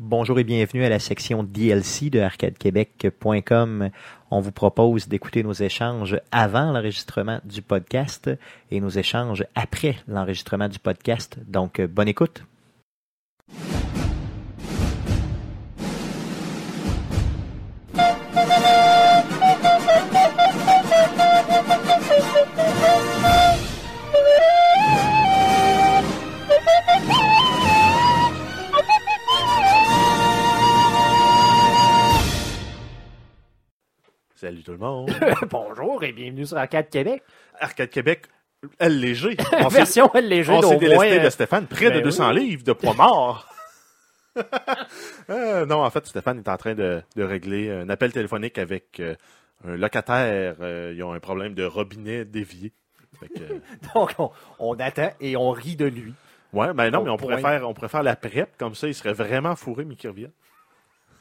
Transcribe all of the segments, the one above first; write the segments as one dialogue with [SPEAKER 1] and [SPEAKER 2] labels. [SPEAKER 1] Bonjour et bienvenue à la section DLC de arcadequebec.com. On vous propose d'écouter nos échanges avant l'enregistrement du podcast et nos échanges après l'enregistrement du podcast. Donc, euh, bonne écoute.
[SPEAKER 2] Salut tout le monde.
[SPEAKER 3] Bonjour et bienvenue sur Arcade Québec.
[SPEAKER 2] Arcade Québec, allégé.
[SPEAKER 3] On Version allégée
[SPEAKER 2] on s'est
[SPEAKER 3] d'au moins.
[SPEAKER 2] délesté
[SPEAKER 3] euh,
[SPEAKER 2] de Stéphane, près
[SPEAKER 3] ben
[SPEAKER 2] de 200 livres de poids mort. Euh, non, en fait, Stéphane est en train de, de régler un appel téléphonique avec euh, un locataire. Euh, ils ont un problème de robinet dévié. Fait que, euh,
[SPEAKER 3] Donc, on, on attend et on rit de lui.
[SPEAKER 2] ouais, ben non,
[SPEAKER 3] Au
[SPEAKER 2] mais on pourrait,
[SPEAKER 3] point.
[SPEAKER 2] faire, on pourrait faire la prep, comme ça, il serait vraiment fourré, mais qu'il revienne.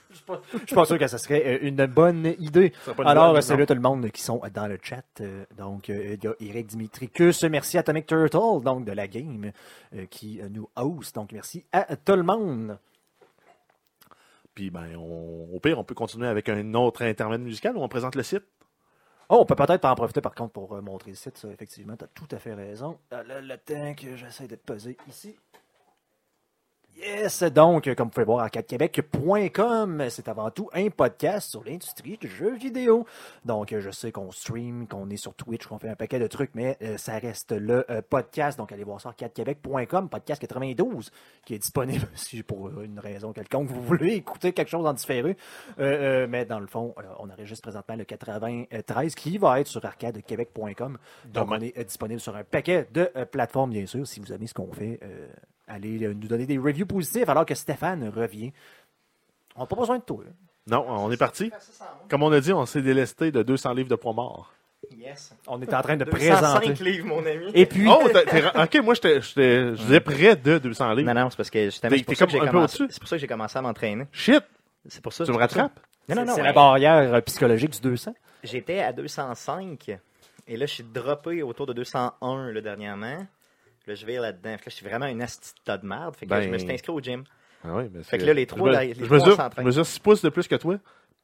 [SPEAKER 3] Je suis pas sûr que ce serait euh, une bonne idée.
[SPEAKER 2] Ce serait pas une
[SPEAKER 3] Alors,
[SPEAKER 2] bonne,
[SPEAKER 3] euh,
[SPEAKER 2] non.
[SPEAKER 3] salut tout le monde qui sont dans le chat. Euh, Donc, euh, il y a Eric Dimitricus, merci à Atomic Turtle, donc de la game, euh, qui euh, nous host. Donc, merci à tout le monde.
[SPEAKER 2] Puis, ben, on- au pire, on peut continuer avec un autre intermède musical où on présente le site.
[SPEAKER 3] Oh, on peut peut-être en profiter par contre pour euh, montrer le site, ça, effectivement, tu as tout à fait raison. Ah, Là, le temps que j'essaie de peser ici. Yes, donc, euh, comme vous pouvez voir, arcadequebec.com, c'est avant tout un podcast sur l'industrie du jeu vidéo. Donc, euh, je sais qu'on stream, qu'on est sur Twitch, qu'on fait un paquet de trucs, mais euh, ça reste le euh, podcast. Donc, allez voir ça, arcadequebec.com, podcast 92, qui est disponible si pour euh, une raison quelconque vous voulez écouter quelque chose en différé. Euh, euh, mais dans le fond, euh, on enregistre présentement le 93 qui va être sur arcadequebec.com. Donc,
[SPEAKER 2] Demain.
[SPEAKER 3] on est euh, disponible sur un paquet de euh, plateformes, bien sûr. Si vous aimez ce qu'on fait, euh, allez euh, nous donner des reviews positifs alors que Stéphane revient. On n'a pas besoin de toi. hein.
[SPEAKER 2] Non, on est parti. Comme on a dit, on s'est délesté de 200 livres de poids mort.
[SPEAKER 4] Yes.
[SPEAKER 3] On est en train de
[SPEAKER 4] 205
[SPEAKER 3] présenter.
[SPEAKER 4] livres, mon ami.
[SPEAKER 3] Et puis,
[SPEAKER 2] Oh, t'es- t'es ra- ok, moi, j'étais- j'étais- je disais près de 200 livres.
[SPEAKER 1] Non, non, c'est parce que justement,
[SPEAKER 2] T'es-
[SPEAKER 1] c'est pour,
[SPEAKER 2] t'es
[SPEAKER 1] ça que
[SPEAKER 2] comme
[SPEAKER 1] j'ai
[SPEAKER 2] un peu
[SPEAKER 1] commencé-
[SPEAKER 2] au-dessus.
[SPEAKER 1] c'est pour ça que j'ai commencé à m'entraîner.
[SPEAKER 2] Shit,
[SPEAKER 1] C'est pour ça.
[SPEAKER 2] tu
[SPEAKER 1] c'est
[SPEAKER 2] me
[SPEAKER 1] pour
[SPEAKER 2] rattrapes?
[SPEAKER 1] ça. Non, non, non.
[SPEAKER 3] c'est
[SPEAKER 1] ouais.
[SPEAKER 3] la barrière euh, psychologique du 200.
[SPEAKER 1] J'étais à 205 et là, je suis droppé autour de 201 le dernièrement. Là, je vais là-dedans. Fait que Là, je suis vraiment une astite de tas de merde. Fait que là,
[SPEAKER 2] Ben-
[SPEAKER 1] je me suis inscrit au gym.
[SPEAKER 2] Ah oui, mais c'est-
[SPEAKER 1] Fait que là, les trois,
[SPEAKER 2] je,
[SPEAKER 1] là,
[SPEAKER 2] me-
[SPEAKER 1] les
[SPEAKER 2] je
[SPEAKER 1] trois
[SPEAKER 2] mesure, je
[SPEAKER 1] s'entraînent.
[SPEAKER 2] mesure 6 pouces de plus que toi,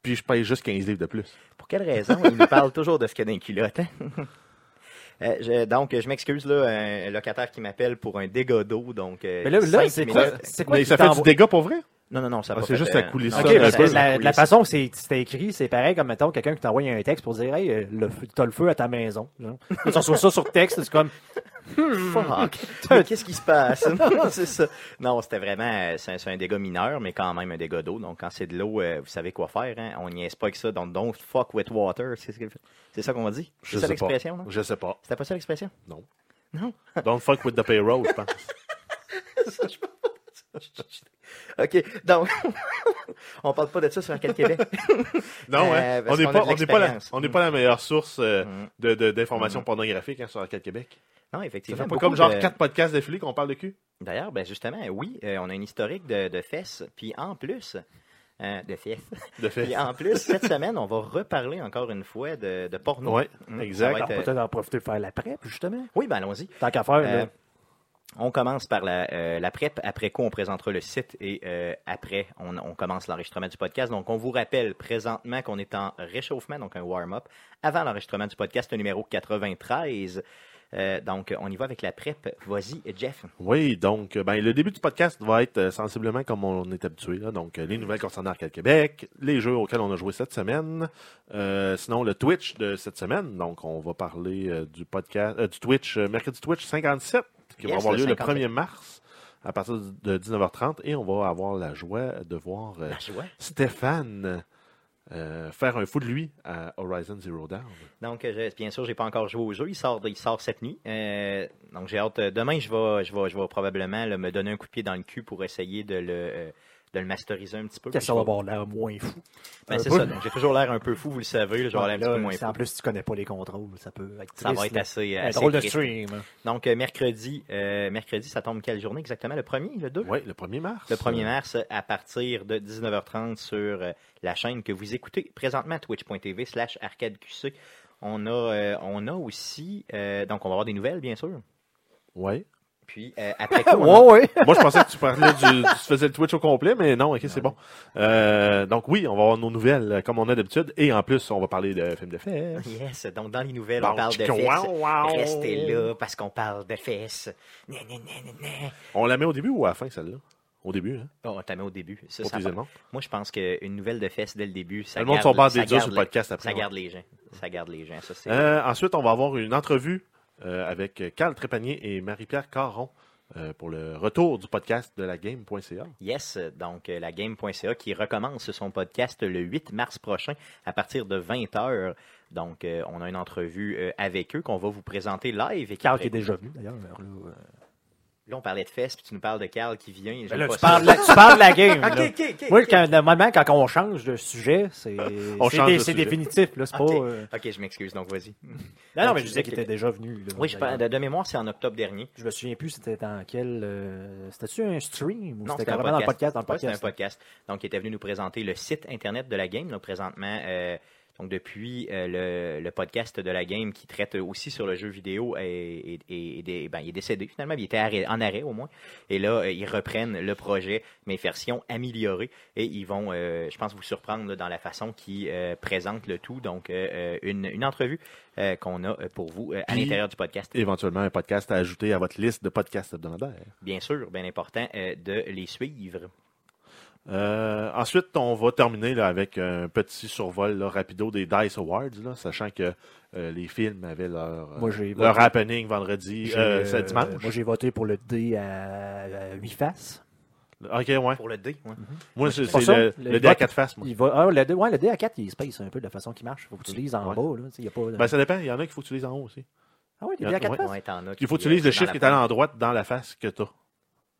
[SPEAKER 2] puis je paye juste 15 livres de plus.
[SPEAKER 1] Pour quelle raison il me parle toujours de ce qu'il y a dans les culottes? hein? Euh, je- donc, je m'excuse, là, un locataire qui m'appelle pour un dégât d'eau. Donc, euh,
[SPEAKER 3] Mais là, là,
[SPEAKER 1] cinq
[SPEAKER 3] c'est
[SPEAKER 1] minutes.
[SPEAKER 3] quoi, c'est quoi
[SPEAKER 2] mais
[SPEAKER 3] qui
[SPEAKER 2] ça fait du
[SPEAKER 3] t'envoie-
[SPEAKER 2] dégât pour vrai?
[SPEAKER 1] Non, non, non, ça a
[SPEAKER 2] Ah,
[SPEAKER 1] pas
[SPEAKER 2] c'est
[SPEAKER 1] fait,
[SPEAKER 2] juste ça
[SPEAKER 1] euh,
[SPEAKER 2] coulisse
[SPEAKER 1] non,
[SPEAKER 3] Ok,
[SPEAKER 2] ça,
[SPEAKER 1] ça
[SPEAKER 3] mais
[SPEAKER 2] un
[SPEAKER 1] fait-
[SPEAKER 2] peu.
[SPEAKER 3] c'est- la,
[SPEAKER 1] coulisse.
[SPEAKER 3] la façon que c'est c'était écrit, c'est pareil comme mettons quelqu'un qui t'envoie un texte pour dire hey, euh, le feu- t'as le feu à ta maison. genre. Tu reçois ça sur texte, c'est comme Hmm.
[SPEAKER 1] Fuck. Mais Qu'est-ce qui se passe? Non, c'est ça. Non, c'était vraiment. euh, C'est un- c'est un dégât mineur, mais quand même un dégât d'eau. Donc, quand c'est de l'eau, euh, vous savez quoi faire. Hein? On n'y est pas avec ça. Donc, don't fuck with water. C'est ce que- c'est ça qu'on m'a dit?
[SPEAKER 2] Je
[SPEAKER 1] C'est ça
[SPEAKER 2] sais pas.
[SPEAKER 1] l'expression, non?
[SPEAKER 2] Je sais pas.
[SPEAKER 1] C'était pas ça l'expression?
[SPEAKER 2] Non.
[SPEAKER 1] Non?
[SPEAKER 2] Don't fuck with the payroll, je pense.
[SPEAKER 1] OK. Donc, on parle pas de ça sur Arcade Québec.
[SPEAKER 2] Non,
[SPEAKER 1] Euh,
[SPEAKER 2] hein?
[SPEAKER 1] parce
[SPEAKER 2] On n'est pas, on
[SPEAKER 1] qu'on a de
[SPEAKER 2] n'est pas, la-
[SPEAKER 1] l'expérience.
[SPEAKER 2] on n'est pas la meilleure source euh,
[SPEAKER 1] Mm.
[SPEAKER 2] de- de- d'informations pornographiques hein, sur Arcade Québec.
[SPEAKER 1] Non,
[SPEAKER 2] Ça
[SPEAKER 1] effectivement.
[SPEAKER 2] fait pas
[SPEAKER 1] beaucoup
[SPEAKER 2] comme genre
[SPEAKER 1] de-
[SPEAKER 2] 4 podcasts d'affilée qu'on parle de cul?
[SPEAKER 1] D'ailleurs, ben justement, oui, euh, on a une historique de, de fesses. Puis en plus, euh, de fesses.
[SPEAKER 2] De fait.
[SPEAKER 1] Puis en plus, cette semaine, on va reparler encore une fois de, de porno.
[SPEAKER 2] Ouais,
[SPEAKER 1] Mm,
[SPEAKER 2] exact.
[SPEAKER 1] ça
[SPEAKER 3] Alors,
[SPEAKER 1] va être, euh,
[SPEAKER 3] peut-être en profiter pour faire la prep, justement.
[SPEAKER 1] Oui, ben allons-y.
[SPEAKER 3] Tant qu'à faire,
[SPEAKER 1] Euh,
[SPEAKER 3] là.
[SPEAKER 1] on commence par la, euh, la prep. Après quoi, on présentera le site et euh, après, on, on commence l'enregistrement du podcast. Donc, on vous rappelle présentement qu'on est en réchauffement, donc un warm-up, avant l'enregistrement du podcast numéro 93. Euh, donc, on y va avec la prep. Vas-y, Jeff.
[SPEAKER 2] Oui, donc euh, ben, le début du podcast va être euh, sensiblement comme on est habitué. là. Donc, euh, les nouvelles concernant Arcade Québec, les jeux auxquels on a joué cette semaine, euh, sinon le Twitch de cette semaine. Donc, on va parler euh, du podcast, euh, du Twitch, euh, mercredi Twitch 57, qui va
[SPEAKER 1] Yes,
[SPEAKER 2] avoir
[SPEAKER 1] le
[SPEAKER 2] lieu le
[SPEAKER 1] 57.
[SPEAKER 2] 1er mars à partir de 19h30. Et on va avoir la joie de voir euh,
[SPEAKER 1] La joie.
[SPEAKER 2] Stéphane euh, faire un fou de lui à Horizon Zero Dawn.
[SPEAKER 1] Donc, euh, je- bien sûr, j'ai pas encore joué au jeu. Il sort, il sort cette nuit. Euh, donc, j'ai hâte. euh, Demain, je vais, je vais, je vais probablement là, me donner un coup de pied dans le cul pour essayer de le, euh, de le masteriser un petit peu.
[SPEAKER 3] que ça
[SPEAKER 1] Je
[SPEAKER 3] va
[SPEAKER 1] vais-
[SPEAKER 3] avoir l'air moins fou.
[SPEAKER 1] Ben,
[SPEAKER 3] Un
[SPEAKER 1] c'est
[SPEAKER 3] peu.
[SPEAKER 1] ça. Donc, j'ai toujours l'air un peu fou, vous le savez. là, je vais avoir l'air un petit
[SPEAKER 3] Là,
[SPEAKER 1] peu moins
[SPEAKER 3] si
[SPEAKER 1] fou.
[SPEAKER 3] en plus, si tu connais pas les contrôles, ça peut être
[SPEAKER 1] Ça va
[SPEAKER 3] triste,
[SPEAKER 1] être
[SPEAKER 3] là.
[SPEAKER 1] assez, euh,
[SPEAKER 3] Un
[SPEAKER 1] assez
[SPEAKER 3] drôle de
[SPEAKER 1] triste.
[SPEAKER 3] stream. hein.
[SPEAKER 1] Donc, euh, mercredi, euh, mercredi, ça tombe quelle journée exactement? Le 1er, le 2?
[SPEAKER 2] Oui, le 1er mars.
[SPEAKER 1] Le 1er mars, à partir de 19h30 sur euh, la chaîne que vous écoutez présentement, twitch.tv slash arcadeqc. On a, euh, on a aussi, euh, donc on va avoir des nouvelles, bien sûr.
[SPEAKER 2] Oui.
[SPEAKER 1] Puis euh, après coup, on a-
[SPEAKER 3] Ouais, ouais.
[SPEAKER 2] Moi, je pensais que tu parlais du, tu faisais le Twitch au complet, mais non, ok, c'est bon. Euh, donc oui, on va avoir nos nouvelles euh, comme on a d'habitude, et en plus, on va parler de films de fesses.
[SPEAKER 1] Yes, donc dans les nouvelles,
[SPEAKER 2] Bon,
[SPEAKER 1] on parle de
[SPEAKER 2] chicken,
[SPEAKER 1] fesses.
[SPEAKER 2] wow, wow.
[SPEAKER 1] Restez là parce qu'on parle de fesses. Né, né, né, né, né.
[SPEAKER 2] On la met au début ou à la fin, celle-là Au début, hein,
[SPEAKER 1] Bon, on t'a mis au début. Ça,
[SPEAKER 2] pour
[SPEAKER 1] ça
[SPEAKER 2] tes
[SPEAKER 1] part-
[SPEAKER 2] aimants.
[SPEAKER 1] Moi, je pense qu'une nouvelle de fesses dès le début, ça
[SPEAKER 2] Le monde
[SPEAKER 1] garde-
[SPEAKER 2] s'en bat des
[SPEAKER 1] ça
[SPEAKER 2] durs sur
[SPEAKER 1] garde
[SPEAKER 2] le
[SPEAKER 1] les-
[SPEAKER 2] podcast après.
[SPEAKER 1] Ça garde les gens. Ça garde les gens. Ça, c'est...
[SPEAKER 2] Euh, ensuite, on va avoir une entrevue euh, avec Carl Trépanier et Marie-Pierre Caron euh, pour le retour du podcast de la game.ca.
[SPEAKER 1] Yes, donc euh, la game.ca qui recommence son podcast le 8 mars prochain à partir de 20h. Donc, euh, on a une entrevue euh, avec eux qu'on va vous présenter live. Et qui-
[SPEAKER 3] Carl qui est déjà venu, d'ailleurs. là, là.
[SPEAKER 1] Là, on parlait de fesses, puis tu nous parles de Carl qui vient. et
[SPEAKER 3] Ben
[SPEAKER 1] j'aime
[SPEAKER 3] là,
[SPEAKER 1] pas
[SPEAKER 3] tu,
[SPEAKER 1] ça.
[SPEAKER 3] parles de la, tu parles de la game.
[SPEAKER 1] Ok,
[SPEAKER 3] là.
[SPEAKER 1] ok, ok,
[SPEAKER 3] Oui,
[SPEAKER 1] ok.
[SPEAKER 3] quand, normalement, quand on change de sujet, c'est
[SPEAKER 2] On
[SPEAKER 3] c'est
[SPEAKER 2] change
[SPEAKER 3] dé-
[SPEAKER 2] de
[SPEAKER 3] c'est
[SPEAKER 2] sujet. Ah,
[SPEAKER 3] définitif. Là, c'est
[SPEAKER 1] Ok.
[SPEAKER 3] pas, euh,
[SPEAKER 1] Ok, je m'excuse, donc vas-y.
[SPEAKER 3] Non, non, mais je
[SPEAKER 1] tu
[SPEAKER 3] disais
[SPEAKER 1] disais
[SPEAKER 3] qu'il
[SPEAKER 1] que-
[SPEAKER 3] était déjà venu. là,
[SPEAKER 1] Oui, je
[SPEAKER 3] d'ailleurs.
[SPEAKER 1] parle, de, de mémoire, c'est en octobre dernier.
[SPEAKER 3] Je me souviens plus, c'était dans quel. euh, C'était-tu un stream ou
[SPEAKER 1] Non,
[SPEAKER 3] c'était
[SPEAKER 1] c'était un
[SPEAKER 3] carrément dans le podcast? Dans le
[SPEAKER 1] Ouais, c'était un
[SPEAKER 3] podcast.
[SPEAKER 1] podcast. Donc, il était venu nous présenter le site Internet de la game. Donc, présentement, euh, donc depuis euh, le, le podcast de la game qui traite aussi sur le jeu vidéo, et, et- et- et des- ben, il est décédé finalement, il était arrêt- en arrêt au moins. Et là, euh, ils reprennent le projet, mais version améliorée. Et ils vont, euh, je pense, vous surprendre là, dans la façon qu'ils euh, présentent le tout. Donc, euh, euh, une, une entrevue euh, qu'on a euh, pour vous euh, à
[SPEAKER 2] Puis-
[SPEAKER 1] l'intérieur du podcast.
[SPEAKER 2] Éventuellement, un podcast à ajouter à votre liste de podcasts hebdomadaires.
[SPEAKER 1] Bien sûr, bien important euh, de les suivre.
[SPEAKER 2] Euh, ensuite, on va terminer là, avec un petit survol là, rapido des DICE Awards, là, sachant que euh, les films avaient leur, euh,
[SPEAKER 3] Moi, j'ai
[SPEAKER 2] leur
[SPEAKER 3] voté-
[SPEAKER 2] happening vendredi,
[SPEAKER 3] j'ai,
[SPEAKER 2] euh, ce
[SPEAKER 3] euh,
[SPEAKER 2] dimanche.
[SPEAKER 3] Moi, j'ai voté pour le D à 8 faces.
[SPEAKER 2] ok, ouais.
[SPEAKER 1] Pour le D, ouais.
[SPEAKER 2] Moi, c'est
[SPEAKER 3] Pour
[SPEAKER 2] c'est
[SPEAKER 3] ça,
[SPEAKER 2] le,
[SPEAKER 3] le
[SPEAKER 2] le dé à
[SPEAKER 3] vote-
[SPEAKER 2] quatre faces. Moi.
[SPEAKER 3] Il va, ah, le, D, ouais, le D à 4, il se pace un peu de la façon qu'il marche. Il faut que tu lises en
[SPEAKER 2] Ouais.
[SPEAKER 3] bas. Là, tu sais, il y a pas,
[SPEAKER 2] Ben, ça dépend. Il y en a qu'il faut que tu lises en haut aussi.
[SPEAKER 3] ah oui, le D à 4
[SPEAKER 2] ouais.
[SPEAKER 3] faces?
[SPEAKER 1] Ouais, t'en as
[SPEAKER 2] Il faut que
[SPEAKER 1] qui,
[SPEAKER 2] tu
[SPEAKER 1] euh,
[SPEAKER 2] lises le
[SPEAKER 1] sont
[SPEAKER 2] chiffre
[SPEAKER 1] dans
[SPEAKER 2] qui
[SPEAKER 1] la
[SPEAKER 2] est à l'endroit dans la face que t'as.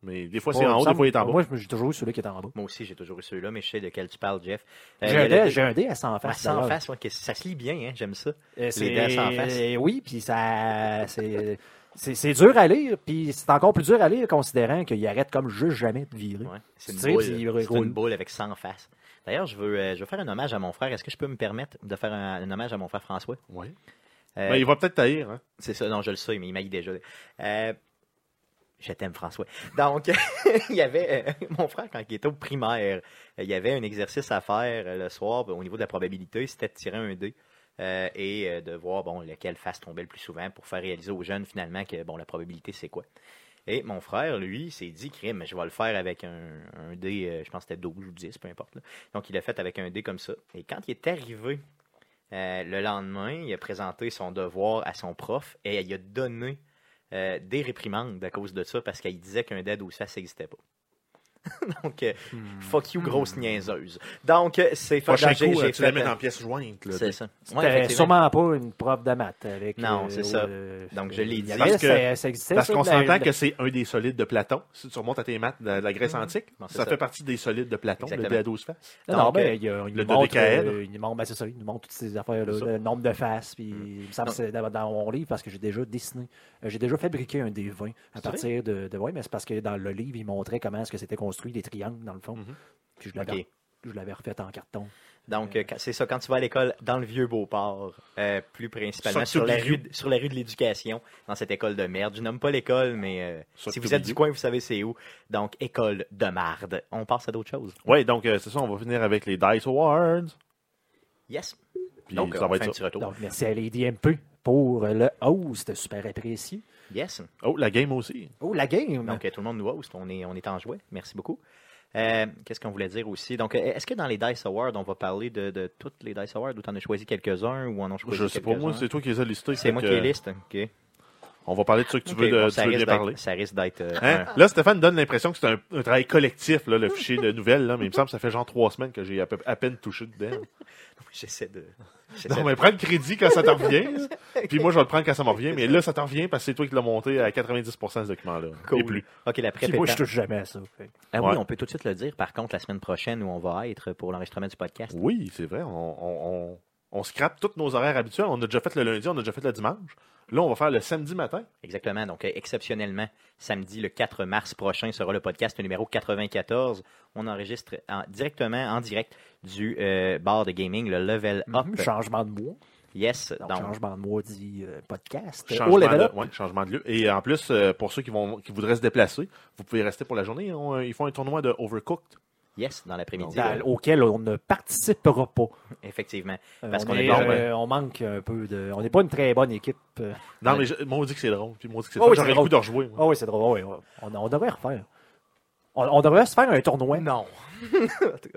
[SPEAKER 2] Mais des fois, c'est
[SPEAKER 3] Ouais,
[SPEAKER 2] en
[SPEAKER 3] il
[SPEAKER 2] haut,
[SPEAKER 3] me
[SPEAKER 2] des fois, il est en
[SPEAKER 3] semble-
[SPEAKER 2] bas.
[SPEAKER 3] Moi, j'ai toujours eu celui qui est en bas.
[SPEAKER 1] Moi aussi, j'ai toujours eu ceux-là, mais je sais de quel tu parles, Jeff.
[SPEAKER 2] Eh,
[SPEAKER 1] Euh,
[SPEAKER 3] J'ai
[SPEAKER 1] le-
[SPEAKER 3] un
[SPEAKER 1] le-
[SPEAKER 3] dé- j'ai un D à 100
[SPEAKER 1] Ouais,
[SPEAKER 3] faces.
[SPEAKER 1] sans
[SPEAKER 3] d'ailleurs.
[SPEAKER 1] face, ouais, que ça se lit bien, hein, j'aime ça.
[SPEAKER 3] Euh, c'est-
[SPEAKER 1] dents sans face.
[SPEAKER 3] euh, Oui, puis ça, c'est, c'est, c'est dur à lire, puis c'est encore plus dur à lire considérant qu'il arrête comme juste jamais de virer.
[SPEAKER 1] Ouais, c'est une,
[SPEAKER 3] Tu sais,
[SPEAKER 1] boule, euh,
[SPEAKER 3] puis il
[SPEAKER 1] c'est
[SPEAKER 3] roule.
[SPEAKER 1] une boule avec 100 faces. D'ailleurs, je veux, euh, je veux faire un hommage à mon frère. Est-ce que je peux me permettre de faire un, un hommage à mon frère François?
[SPEAKER 2] Ouais.
[SPEAKER 1] Euh,
[SPEAKER 2] Ben, il va peut-être taillir. Hein.
[SPEAKER 1] C'est ça, non, je le sais, mais il m'a dit déjà. Euh, je t'aime, François. Donc, il y avait, euh, mon frère, quand il était au primaire, euh, il y avait un exercice à faire euh, le soir ben, au niveau de la probabilité, c'était de tirer un dé. euh, et euh, de voir bon, lequel face tombait le plus souvent pour faire réaliser aux jeunes finalement que bon, la probabilité c'est quoi. Et mon frère, lui, s'est dit, crime, je vais le faire avec un, un dé, euh, je pense que c'était 12 ou 10, peu importe. là. Donc, il l'a fait avec un dé comme ça. Et quand il est arrivé euh, le lendemain, il a présenté son devoir à son prof et il a donné euh, des réprimandes à cause de ça parce qu'il disait qu'un dé à 12 faces n'existait pas. Donc, euh, fuck you, grosse niaiseuse. Donc, euh, c'est
[SPEAKER 2] Hmm. Prochain
[SPEAKER 1] donc, j'ai-
[SPEAKER 2] coup,
[SPEAKER 1] j'ai
[SPEAKER 2] tu la
[SPEAKER 1] fait,
[SPEAKER 2] mets
[SPEAKER 1] euh,
[SPEAKER 2] en pièce jointe. là.
[SPEAKER 1] C'est ça. Ouais,
[SPEAKER 3] C'était
[SPEAKER 1] effectivement.
[SPEAKER 3] sûrement pas une prof de maths avec. euh,
[SPEAKER 1] Non, c'est ça. Donc, je l'ai
[SPEAKER 3] il y
[SPEAKER 1] dit.
[SPEAKER 3] avait-
[SPEAKER 2] Parce que-
[SPEAKER 3] ça, ça existait.
[SPEAKER 2] Parce
[SPEAKER 3] ça,
[SPEAKER 2] qu'on
[SPEAKER 3] de la-
[SPEAKER 2] s'entend que c'est un des solides de Platon. Si tu remontes à tes maths de la Grèce antique,
[SPEAKER 1] Non, c'est
[SPEAKER 2] ça,
[SPEAKER 1] ça.
[SPEAKER 2] fait partie des solides de Platon,
[SPEAKER 1] Exactement.
[SPEAKER 2] le dé à 12 faces.
[SPEAKER 3] Non, non,
[SPEAKER 1] Donc,
[SPEAKER 3] mais
[SPEAKER 1] euh,
[SPEAKER 3] il, y a- il
[SPEAKER 2] le
[SPEAKER 3] nous montre,
[SPEAKER 2] dodécaèdre.
[SPEAKER 3] euh, il nous montre, ben, c'est ça, il nous montre toutes ces affaires-là,
[SPEAKER 2] C'est ça. Mm.
[SPEAKER 3] le nombre de faces, puis il me semble que
[SPEAKER 1] Donc-
[SPEAKER 3] c'est dans, dans mon livre parce que j'ai déjà dessiné, euh, j'ai déjà fabriqué un des 20 à
[SPEAKER 2] C'est vrai?
[SPEAKER 3] partir de, de ouais, mais c'est parce que dans le livre, il montrait comment est-ce que c'était construit les triangles dans le fond.
[SPEAKER 2] Mhm.
[SPEAKER 3] Puis je l'avais,
[SPEAKER 1] Ok.
[SPEAKER 3] je l'avais refait en carton.
[SPEAKER 1] Donc, euh, quand- c'est ça, quand tu vas à l'école dans le vieux Beauport, euh, plus principalement
[SPEAKER 2] Sans
[SPEAKER 1] sur la,
[SPEAKER 2] t'oublier.
[SPEAKER 1] rue, sur la rue de l'éducation, dans cette école de merde. Je nomme pas l'école, mais euh,
[SPEAKER 2] Sans
[SPEAKER 1] si vous êtes
[SPEAKER 2] t'oublier.
[SPEAKER 1] du coin, vous savez c'est où. Donc, école de marde. On passe à d'autres choses.
[SPEAKER 2] Oui, donc euh, c'est ça, on va finir avec les Dice Awards.
[SPEAKER 1] Yes.
[SPEAKER 2] Puis
[SPEAKER 1] Donc, euh,
[SPEAKER 2] ça
[SPEAKER 1] on
[SPEAKER 2] va
[SPEAKER 1] fait un
[SPEAKER 2] être
[SPEAKER 1] petit
[SPEAKER 2] ça.
[SPEAKER 1] retour.
[SPEAKER 3] Donc, merci à Lady MP pour euh, le host, super apprécié.
[SPEAKER 1] Yes.
[SPEAKER 2] Oh, la game aussi.
[SPEAKER 3] Oh, la game!
[SPEAKER 1] Donc, euh, tout le monde nous host. On est, on est en jouet. Merci beaucoup. Euh, Qu'est-ce qu'on voulait dire aussi? Donc, euh, est-ce que dans les Dice Awards, on va parler de, de toutes les Dice Awards ou t'en as choisi quelques-uns ou en ont choisi
[SPEAKER 2] Je sais pas, moi,
[SPEAKER 1] quelques-uns?
[SPEAKER 2] c'est toi qui les as listés.
[SPEAKER 1] C'est
[SPEAKER 2] fait
[SPEAKER 1] moi
[SPEAKER 2] que,
[SPEAKER 1] qui ai liste. OK.
[SPEAKER 2] On va parler de ceux que tu veux,
[SPEAKER 1] Ok,
[SPEAKER 2] de-
[SPEAKER 1] bon,
[SPEAKER 2] tu
[SPEAKER 1] ça
[SPEAKER 2] veux bien
[SPEAKER 1] risque d'être-
[SPEAKER 2] parler.
[SPEAKER 1] Ça risque d'être euh,
[SPEAKER 2] Hein? Là, Stéphane donne l'impression que c'est un, un travail collectif, là, le fichier de nouvelles, là, mais il me semble que ça fait genre trois semaines que j'ai à, peu- à peine touché dedans.
[SPEAKER 1] un- J'essaie de... j'essaie
[SPEAKER 2] Non, mais prends le crédit quand ça t'en revient, là. puis moi je vais le prendre quand ça m'en revient, mais là ça t'en revient parce que c'est toi qui l'as monté à 90% ce document-là.
[SPEAKER 1] Cool.
[SPEAKER 2] Et plus.
[SPEAKER 1] OK, la
[SPEAKER 3] Puis
[SPEAKER 1] prep
[SPEAKER 3] moi,
[SPEAKER 1] étant-
[SPEAKER 3] je touche jamais à ça. fait.
[SPEAKER 1] Ah
[SPEAKER 2] Ouais.
[SPEAKER 1] oui, on peut tout de suite le dire, par contre, la semaine prochaine où on va être pour l'enregistrement du podcast.
[SPEAKER 2] Oui, c'est vrai, on, on, on, on scrape tous nos horaires habituels. On a déjà fait le lundi, on a déjà fait le dimanche. Là, on va faire le samedi matin.
[SPEAKER 1] Exactement. Donc, euh, exceptionnellement, samedi, le 4 mars prochain, sera le podcast numéro 94. On enregistre
[SPEAKER 2] Ah,
[SPEAKER 1] en- directement, en direct, du euh, bar de gaming, le Level Up.
[SPEAKER 3] hmm,
[SPEAKER 2] ben.
[SPEAKER 3] Changement de mois.
[SPEAKER 1] Yes,
[SPEAKER 3] Mmh, Donc,
[SPEAKER 1] donc,
[SPEAKER 3] changement de mois dit euh, podcast.
[SPEAKER 2] Changement,
[SPEAKER 3] Au level up.
[SPEAKER 2] de, ouais, changement de lieu. Et en plus, euh, pour ceux qui, vont, qui voudraient se déplacer, vous pouvez rester pour la journée. On, euh, ils font un tournoi de Overcooked.
[SPEAKER 1] yes, dans l'après-midi.
[SPEAKER 3] dans- auquel on ne participera pas.
[SPEAKER 1] Effectivement.
[SPEAKER 3] Euh,
[SPEAKER 1] Parce
[SPEAKER 3] on
[SPEAKER 1] qu'on
[SPEAKER 3] est,
[SPEAKER 1] est-
[SPEAKER 2] bon, ben.
[SPEAKER 3] euh, on manque un peu de. On n'est pas une très bonne équipe. euh.
[SPEAKER 2] Non,
[SPEAKER 1] Ouais.
[SPEAKER 2] mais je- moi, on dit que c'est drôle. Puis moi, on dit que c'est
[SPEAKER 3] Oh
[SPEAKER 2] fun.
[SPEAKER 3] oui, c'est
[SPEAKER 2] J'aurais le
[SPEAKER 3] drôle.
[SPEAKER 2] coup de rejouer. moi.
[SPEAKER 3] Ah oui, c'est drôle. Ah oui, ouais. on, on devrait refaire. On, on devrait se faire un tournoi.
[SPEAKER 1] Non.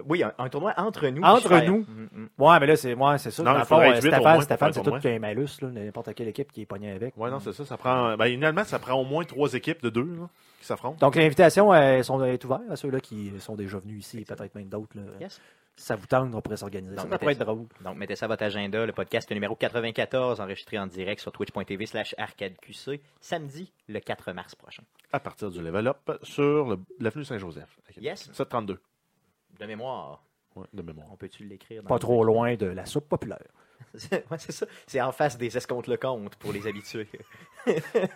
[SPEAKER 1] oui, un, un tournoi entre nous.
[SPEAKER 3] Entre
[SPEAKER 1] je fais.
[SPEAKER 3] nous.
[SPEAKER 1] Mm, mm.
[SPEAKER 3] Ouais, mais là, c'est moi, c'est ça.
[SPEAKER 2] Non,
[SPEAKER 3] Dans
[SPEAKER 2] il
[SPEAKER 3] le
[SPEAKER 2] faudrait
[SPEAKER 3] fond,
[SPEAKER 2] être huit
[SPEAKER 3] euh,
[SPEAKER 2] au
[SPEAKER 3] Stéphane,
[SPEAKER 2] moins pour faire
[SPEAKER 3] Stéphane, c'est
[SPEAKER 2] un
[SPEAKER 3] tout
[SPEAKER 2] tournoi.
[SPEAKER 3] qu'un malus, là, n'importe quelle équipe qui est pognée avec.
[SPEAKER 2] Ouais, non, c'est ça. Ça prend. Ben, idéalement, ça prend au moins trois équipes de deux là, qui s'affrontent.
[SPEAKER 3] Donc l'invitation euh, sont- est ouverte à ceux-là qui sont déjà venus ici et peut-être même d'autres. là.
[SPEAKER 1] Yes.
[SPEAKER 3] Si Ça vous tente, on pourrait s'organiser.
[SPEAKER 1] Donc,
[SPEAKER 3] Ça pourrait être
[SPEAKER 1] mettez-
[SPEAKER 3] drôle.
[SPEAKER 1] Donc, mettez ça à votre agenda. Le podcast numéro 94, enregistré en direct sur twitch.tv slash arcadeqc, samedi, le 4 mars prochain.
[SPEAKER 2] à partir du level up sur le- l'avenue Saint-Joseph. Ok.
[SPEAKER 1] Yes.
[SPEAKER 2] 732,
[SPEAKER 1] De mémoire,
[SPEAKER 2] ouais, de mémoire.
[SPEAKER 1] on peut-tu l'écrire? dans
[SPEAKER 3] Pas
[SPEAKER 1] le-
[SPEAKER 3] trop loin de la soupe populaire.
[SPEAKER 1] Ouais, c'est ça. C'est en face des escomptes le compte pour les habitués.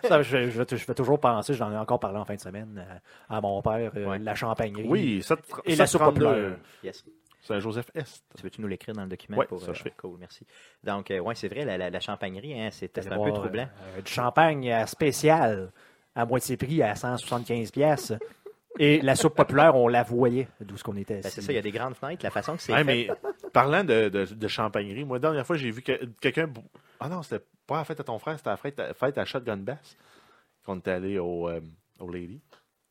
[SPEAKER 3] Ça, je, je- je fais toujours penser, j'en ai encore parlé en fin de semaine euh, à mon père, euh,
[SPEAKER 1] Ouais.
[SPEAKER 3] la champagnerie.
[SPEAKER 2] Oui, 7,
[SPEAKER 3] Et la soupe populaire.
[SPEAKER 1] Yes.
[SPEAKER 2] Saint-Joseph-Est.
[SPEAKER 1] Tu veux-tu nous l'écrire dans le document?
[SPEAKER 2] Ouais,
[SPEAKER 1] pour, euh,
[SPEAKER 2] ça, je fais.
[SPEAKER 1] Cool, merci. Donc, euh, ouais, c'est vrai, la, la, la champagnerie, hein, c'était
[SPEAKER 3] Allez
[SPEAKER 1] un peu
[SPEAKER 3] voir,
[SPEAKER 1] troublant.
[SPEAKER 3] euh, du champagne euh, spécial à moitié prix à 175 pièces. Et la soupe populaire, on la voyait d'où ce qu'on était.
[SPEAKER 1] Ben, c'est
[SPEAKER 3] assis.
[SPEAKER 1] ça, il y a des grandes fenêtres, la façon que c'est
[SPEAKER 2] Hey,
[SPEAKER 1] fait.
[SPEAKER 2] mais parlant de, de, de champagnerie, moi, dernière fois, j'ai vu que, quelqu'un. bou- Ah non, c'était pas à la fête à ton frère, c'était à la fête à, fête à Shotgun Bass qu'on était allé au, euh, au Lady.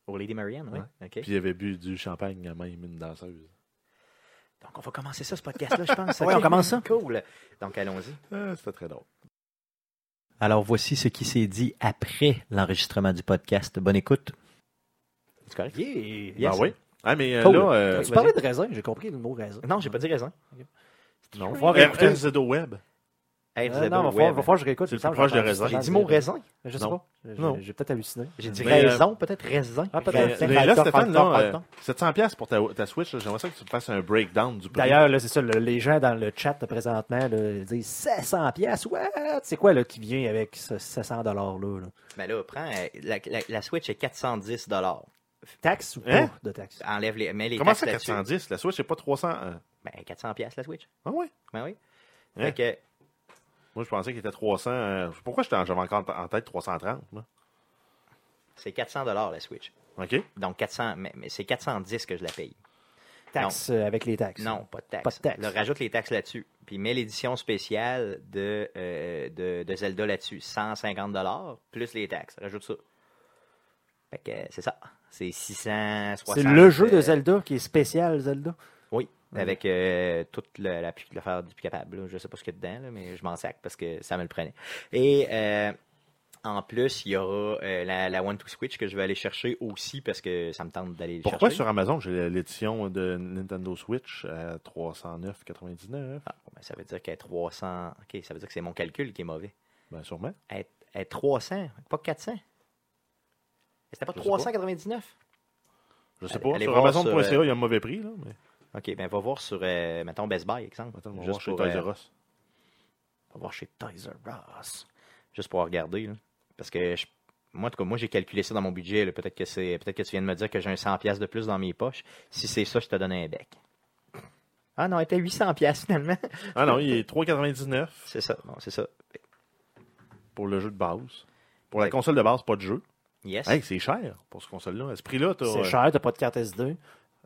[SPEAKER 1] Au Lady Marianne, oui.
[SPEAKER 2] Puis
[SPEAKER 1] OK.
[SPEAKER 2] il avait bu du champagne à même une danseuse.
[SPEAKER 1] Donc, on va commencer ça, ce podcast-là, je pense.
[SPEAKER 3] Ouais,
[SPEAKER 1] OK.
[SPEAKER 3] on commence ça.
[SPEAKER 1] Cool. Donc, allons-y.
[SPEAKER 2] Ah, c'était très drôle.
[SPEAKER 1] Alors, voici ce qui s'est dit après l'enregistrement du podcast. Bonne écoute. C'est correct?
[SPEAKER 3] Yeah.
[SPEAKER 1] Yes.
[SPEAKER 2] Ben oui. Ah, mais euh,
[SPEAKER 1] Cool.
[SPEAKER 2] là. euh,
[SPEAKER 3] tu parlais de raisin, j'ai compris le mot raisin.
[SPEAKER 1] Non, j'ai pas dit raison.
[SPEAKER 2] non,
[SPEAKER 3] On va réécouter.
[SPEAKER 2] RZO Web.
[SPEAKER 1] Hey, vous
[SPEAKER 3] Euh,
[SPEAKER 1] êtes
[SPEAKER 3] non,
[SPEAKER 1] bon,
[SPEAKER 3] va falloir,
[SPEAKER 1] web.
[SPEAKER 3] va falloir que je réécoute.
[SPEAKER 2] C'est
[SPEAKER 3] il
[SPEAKER 2] le
[SPEAKER 3] me
[SPEAKER 2] plus
[SPEAKER 3] semble
[SPEAKER 2] proche
[SPEAKER 3] que
[SPEAKER 2] de raisin.
[SPEAKER 1] J'ai dit mot raisin.
[SPEAKER 3] Je sais
[SPEAKER 2] Non.
[SPEAKER 3] pas. J'ai-
[SPEAKER 2] Non.
[SPEAKER 3] J'ai peut-être halluciné.
[SPEAKER 1] J'ai dit
[SPEAKER 2] Mais, euh,
[SPEAKER 1] raison, peut-être raisin.
[SPEAKER 3] Ah, peut-être.
[SPEAKER 1] Raisin.
[SPEAKER 2] Mais, mais
[SPEAKER 3] Faire faire
[SPEAKER 2] Ben, là,
[SPEAKER 3] faire
[SPEAKER 2] Stéphane,
[SPEAKER 3] faire
[SPEAKER 2] là,
[SPEAKER 3] faire
[SPEAKER 2] euh,
[SPEAKER 3] faire.
[SPEAKER 2] 700$ piastres pour ta, ta Switch, là, j'aimerais ça que tu me fasses un breakdown du prix.
[SPEAKER 3] D'ailleurs, là, c'est ça, le- les gens dans le chat présentement là, ils disent 700 pièces. What? C'est quoi là qui vient avec ce 700 dollars là,
[SPEAKER 1] Mais là, prends, euh, la, la- la Switch est 410
[SPEAKER 3] Taxe ou
[SPEAKER 2] Hein?
[SPEAKER 3] pas de taxe
[SPEAKER 1] Enlève les, mets les
[SPEAKER 2] Comment
[SPEAKER 1] taxes
[SPEAKER 2] ça,
[SPEAKER 1] là-dessus.
[SPEAKER 2] 410 La Switch, c'est pas 300. euh,
[SPEAKER 1] Ben, 400 pièces la Switch.
[SPEAKER 2] Ah ouais
[SPEAKER 1] Ben oui.
[SPEAKER 2] Hein?
[SPEAKER 1] Fait que,
[SPEAKER 2] Moi, je pensais qu'il était 300. euh, Pourquoi j'étais en- j'avais encore en t- en tête 330 moi?
[SPEAKER 1] c'est 400 la Switch.
[SPEAKER 2] OK
[SPEAKER 1] Donc, 400, mais, mais c'est 410 que je la paye.
[SPEAKER 3] Taxe euh, avec les taxes.
[SPEAKER 1] Non, pas de taxe.
[SPEAKER 3] Pas de taxe.
[SPEAKER 1] Là, rajoute les taxes là-dessus. Puis mets l'édition spéciale de, euh, de, de Zelda là-dessus. 150 plus les taxes. Rajoute ça. Fait que euh, c'est ça. C'est 660.
[SPEAKER 3] C'est le jeu de
[SPEAKER 1] euh,
[SPEAKER 3] Zelda qui est spécial Zelda.
[SPEAKER 1] Oui,
[SPEAKER 2] Mhm.
[SPEAKER 1] avec euh, toute le- la pu- l'affaire du plus capable. là. Je sais pas ce qu'il y a dedans, là, mais je m'en sac parce que ça me le prenait. Et euh, en plus, il y aura euh, la, la One to Switch que je vais aller chercher aussi parce que ça me tente d'aller le
[SPEAKER 2] Pourquoi
[SPEAKER 1] chercher.
[SPEAKER 2] sur Amazon, j'ai l'édition de Nintendo Switch à 309,99
[SPEAKER 1] Ah, ben, ça veut dire qu'elle est 300. Ok, ça veut dire que c'est mon calcul qui est mauvais.
[SPEAKER 2] Bien Ben, sûrement.
[SPEAKER 1] Elle est- elle est 300, pas 400. C'était pas
[SPEAKER 2] Je sais pas.
[SPEAKER 1] 399.
[SPEAKER 2] Je sais
[SPEAKER 1] Allez-
[SPEAKER 2] pas.
[SPEAKER 1] allez
[SPEAKER 2] sur
[SPEAKER 1] voir
[SPEAKER 2] Amazon.ca,
[SPEAKER 1] sur, euh,
[SPEAKER 2] il y a un mauvais prix. Là, mais...
[SPEAKER 1] Ok, ben va voir sur, euh, mettons, Best Buy, exemple.
[SPEAKER 2] Attends, on va
[SPEAKER 1] Juste
[SPEAKER 2] voir chez
[SPEAKER 1] pour, euh,
[SPEAKER 2] Toys R Us.
[SPEAKER 1] On va voir chez Tizer Ross. Juste pour regarder. là. Parce que je- moi, en tout cas, moi, j'ai calculé ça dans mon budget. là. Peut-être que c'est. Peut-être que tu viens de me dire que j'ai un 100$ piastres de plus dans mes poches. Si c'est ça, je te donne un bec. Ah non, elle était 800$ piastres, finalement.
[SPEAKER 2] Ah non, il est 3,99
[SPEAKER 1] C'est ça, bon, c'est ça.
[SPEAKER 2] pour le jeu de base. Pour la
[SPEAKER 1] Ouais.
[SPEAKER 2] console de base, pas de jeu.
[SPEAKER 1] Yes.
[SPEAKER 2] Hey, c'est cher pour ce console-là. À ce prix-là, t'as.
[SPEAKER 3] C'est
[SPEAKER 2] euh,
[SPEAKER 3] cher, t'as pas de carte SD.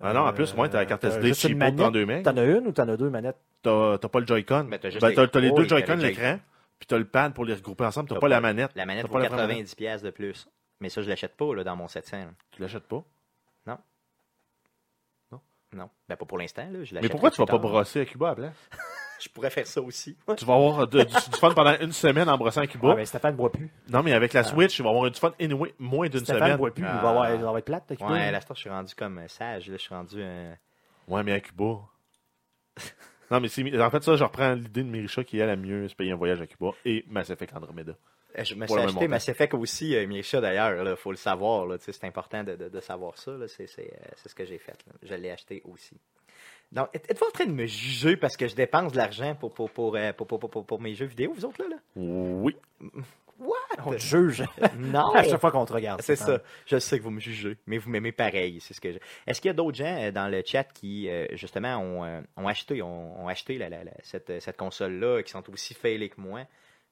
[SPEAKER 2] Ah non, en
[SPEAKER 3] Euh,
[SPEAKER 2] plus, moi, t'as la carte
[SPEAKER 3] t'as
[SPEAKER 2] SD
[SPEAKER 3] juste une
[SPEAKER 2] cheapo
[SPEAKER 3] manette.
[SPEAKER 2] dans deux mains.
[SPEAKER 3] T'en as une ou t'en as deux manettes?
[SPEAKER 2] T'as t'as pas le Joy-Con.
[SPEAKER 1] Mais
[SPEAKER 2] Ben,
[SPEAKER 1] t'as juste
[SPEAKER 2] T'as
[SPEAKER 1] les-
[SPEAKER 2] t'as les
[SPEAKER 1] Oui,
[SPEAKER 2] deux
[SPEAKER 1] t'as
[SPEAKER 2] Joy-Con,
[SPEAKER 1] le Joy-
[SPEAKER 2] l'écran, puis t'as le pad pour les regrouper ensemble. T'as
[SPEAKER 1] T'as
[SPEAKER 2] pas la
[SPEAKER 1] pas-
[SPEAKER 2] manette.
[SPEAKER 1] La manette
[SPEAKER 2] T'as
[SPEAKER 1] vaut
[SPEAKER 2] pas la vraie manette.
[SPEAKER 1] 90$ piastres de plus. Mais ça, je l'achète pas là, dans mon 700. là.
[SPEAKER 2] Tu l'achètes pas.
[SPEAKER 1] Non. Ben pas pour l'instant, là. Je
[SPEAKER 2] Mais
[SPEAKER 1] l'achèterai
[SPEAKER 2] pourquoi tu
[SPEAKER 1] plus
[SPEAKER 2] vas pas
[SPEAKER 1] tard.
[SPEAKER 2] brosser à Cuba à place?
[SPEAKER 1] Je pourrais faire ça aussi.
[SPEAKER 2] Tu vas avoir euh, de- du, du fun pendant une semaine en brossant à Cuba.
[SPEAKER 3] Ouais, mais Ah, ben, Stéphane ne boit plus.
[SPEAKER 2] Non, mais
[SPEAKER 1] Euh,
[SPEAKER 2] avec la Switch, il va avoir du fun anyway, moins d'une
[SPEAKER 3] Stéphane ne
[SPEAKER 2] semaine.
[SPEAKER 3] boit plus. Il,
[SPEAKER 1] Ah.
[SPEAKER 3] va avoir, il va être plate. t'as
[SPEAKER 1] Ouais,
[SPEAKER 3] coupé.
[SPEAKER 1] là, je suis rendu comme euh, sage. Là, je suis rendu. euh,
[SPEAKER 2] Ouais, mais à Cuba. non, mais c'est- en fait, ça, je reprends l'idée de Mirisha qui, elle, a mieux se payer un voyage à Cuba et Mass Effect Andromeda.
[SPEAKER 1] Euh, Je me
[SPEAKER 2] Pour
[SPEAKER 1] suis
[SPEAKER 2] le même
[SPEAKER 1] acheté
[SPEAKER 2] montant.
[SPEAKER 1] Mass Effect aussi, euh, Mirisha d'ailleurs, il faut le savoir, là, tu sais, c'est important de, de- de savoir ça, là, c'est c'est, euh, c'est ce que j'ai fait, là. je l'ai acheté aussi. Donc, êtes- êtes-vous en train de me juger parce que je dépense de l'argent pour, pour, pour, euh, pour, pour, pour- pour- pour mes jeux vidéo, vous autres, là? là?
[SPEAKER 2] Oui.
[SPEAKER 1] What?
[SPEAKER 3] On te juge
[SPEAKER 1] Non!
[SPEAKER 3] à chaque fois qu'on te regarde.
[SPEAKER 1] C'est ça. Je sais que vous me jugez, mais vous m'aimez pareil. C'est ce que. je- Est-ce qu'il y a d'autres gens euh, dans le chat qui euh, justement ont, euh, ont acheté, ont, ont acheté la- la- la- cette, euh, cette console là, et qui sont aussi failés que moi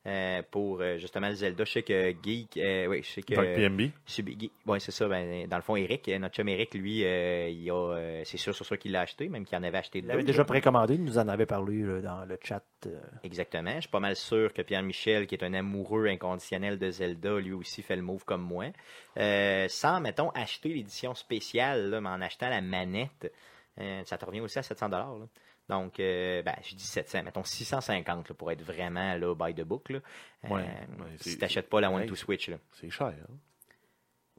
[SPEAKER 1] euh, pour euh, justement le Zelda Je sais que Geek, euh, oui, je sais que.
[SPEAKER 2] Fait que PMB.
[SPEAKER 1] Subi- Guy- ouais, c'est ça. ben, dans le fond, Eric, euh, notre chum Eric, lui, euh, il a, euh, c'est sûr, sur sûr qu'il l'a acheté, même qu'il en avait acheté
[SPEAKER 3] Il
[SPEAKER 1] deux.
[SPEAKER 3] l'avait déjà précommandé, il nous en avait parlé là, dans le chat. euh,
[SPEAKER 1] Exactement. Je suis pas mal sûr que Pierre Michel, qui est un amoureux inconditionnel de Zelda, lui aussi fait le move comme moi. Euh, sans, mettons, acheter l'édition spéciale, là, mais en achetant la manette, euh, ça te revient aussi à 700 dollars. Donc, euh, ben, je dis 700, mettons 650 là, pour être vraiment là, by the book. Là. Euh,
[SPEAKER 2] Ouais, ouais,
[SPEAKER 1] si
[SPEAKER 2] c'est-
[SPEAKER 1] t'achètes pas la
[SPEAKER 2] c'est-
[SPEAKER 1] One to Switch, là.
[SPEAKER 2] C'est cher. hein.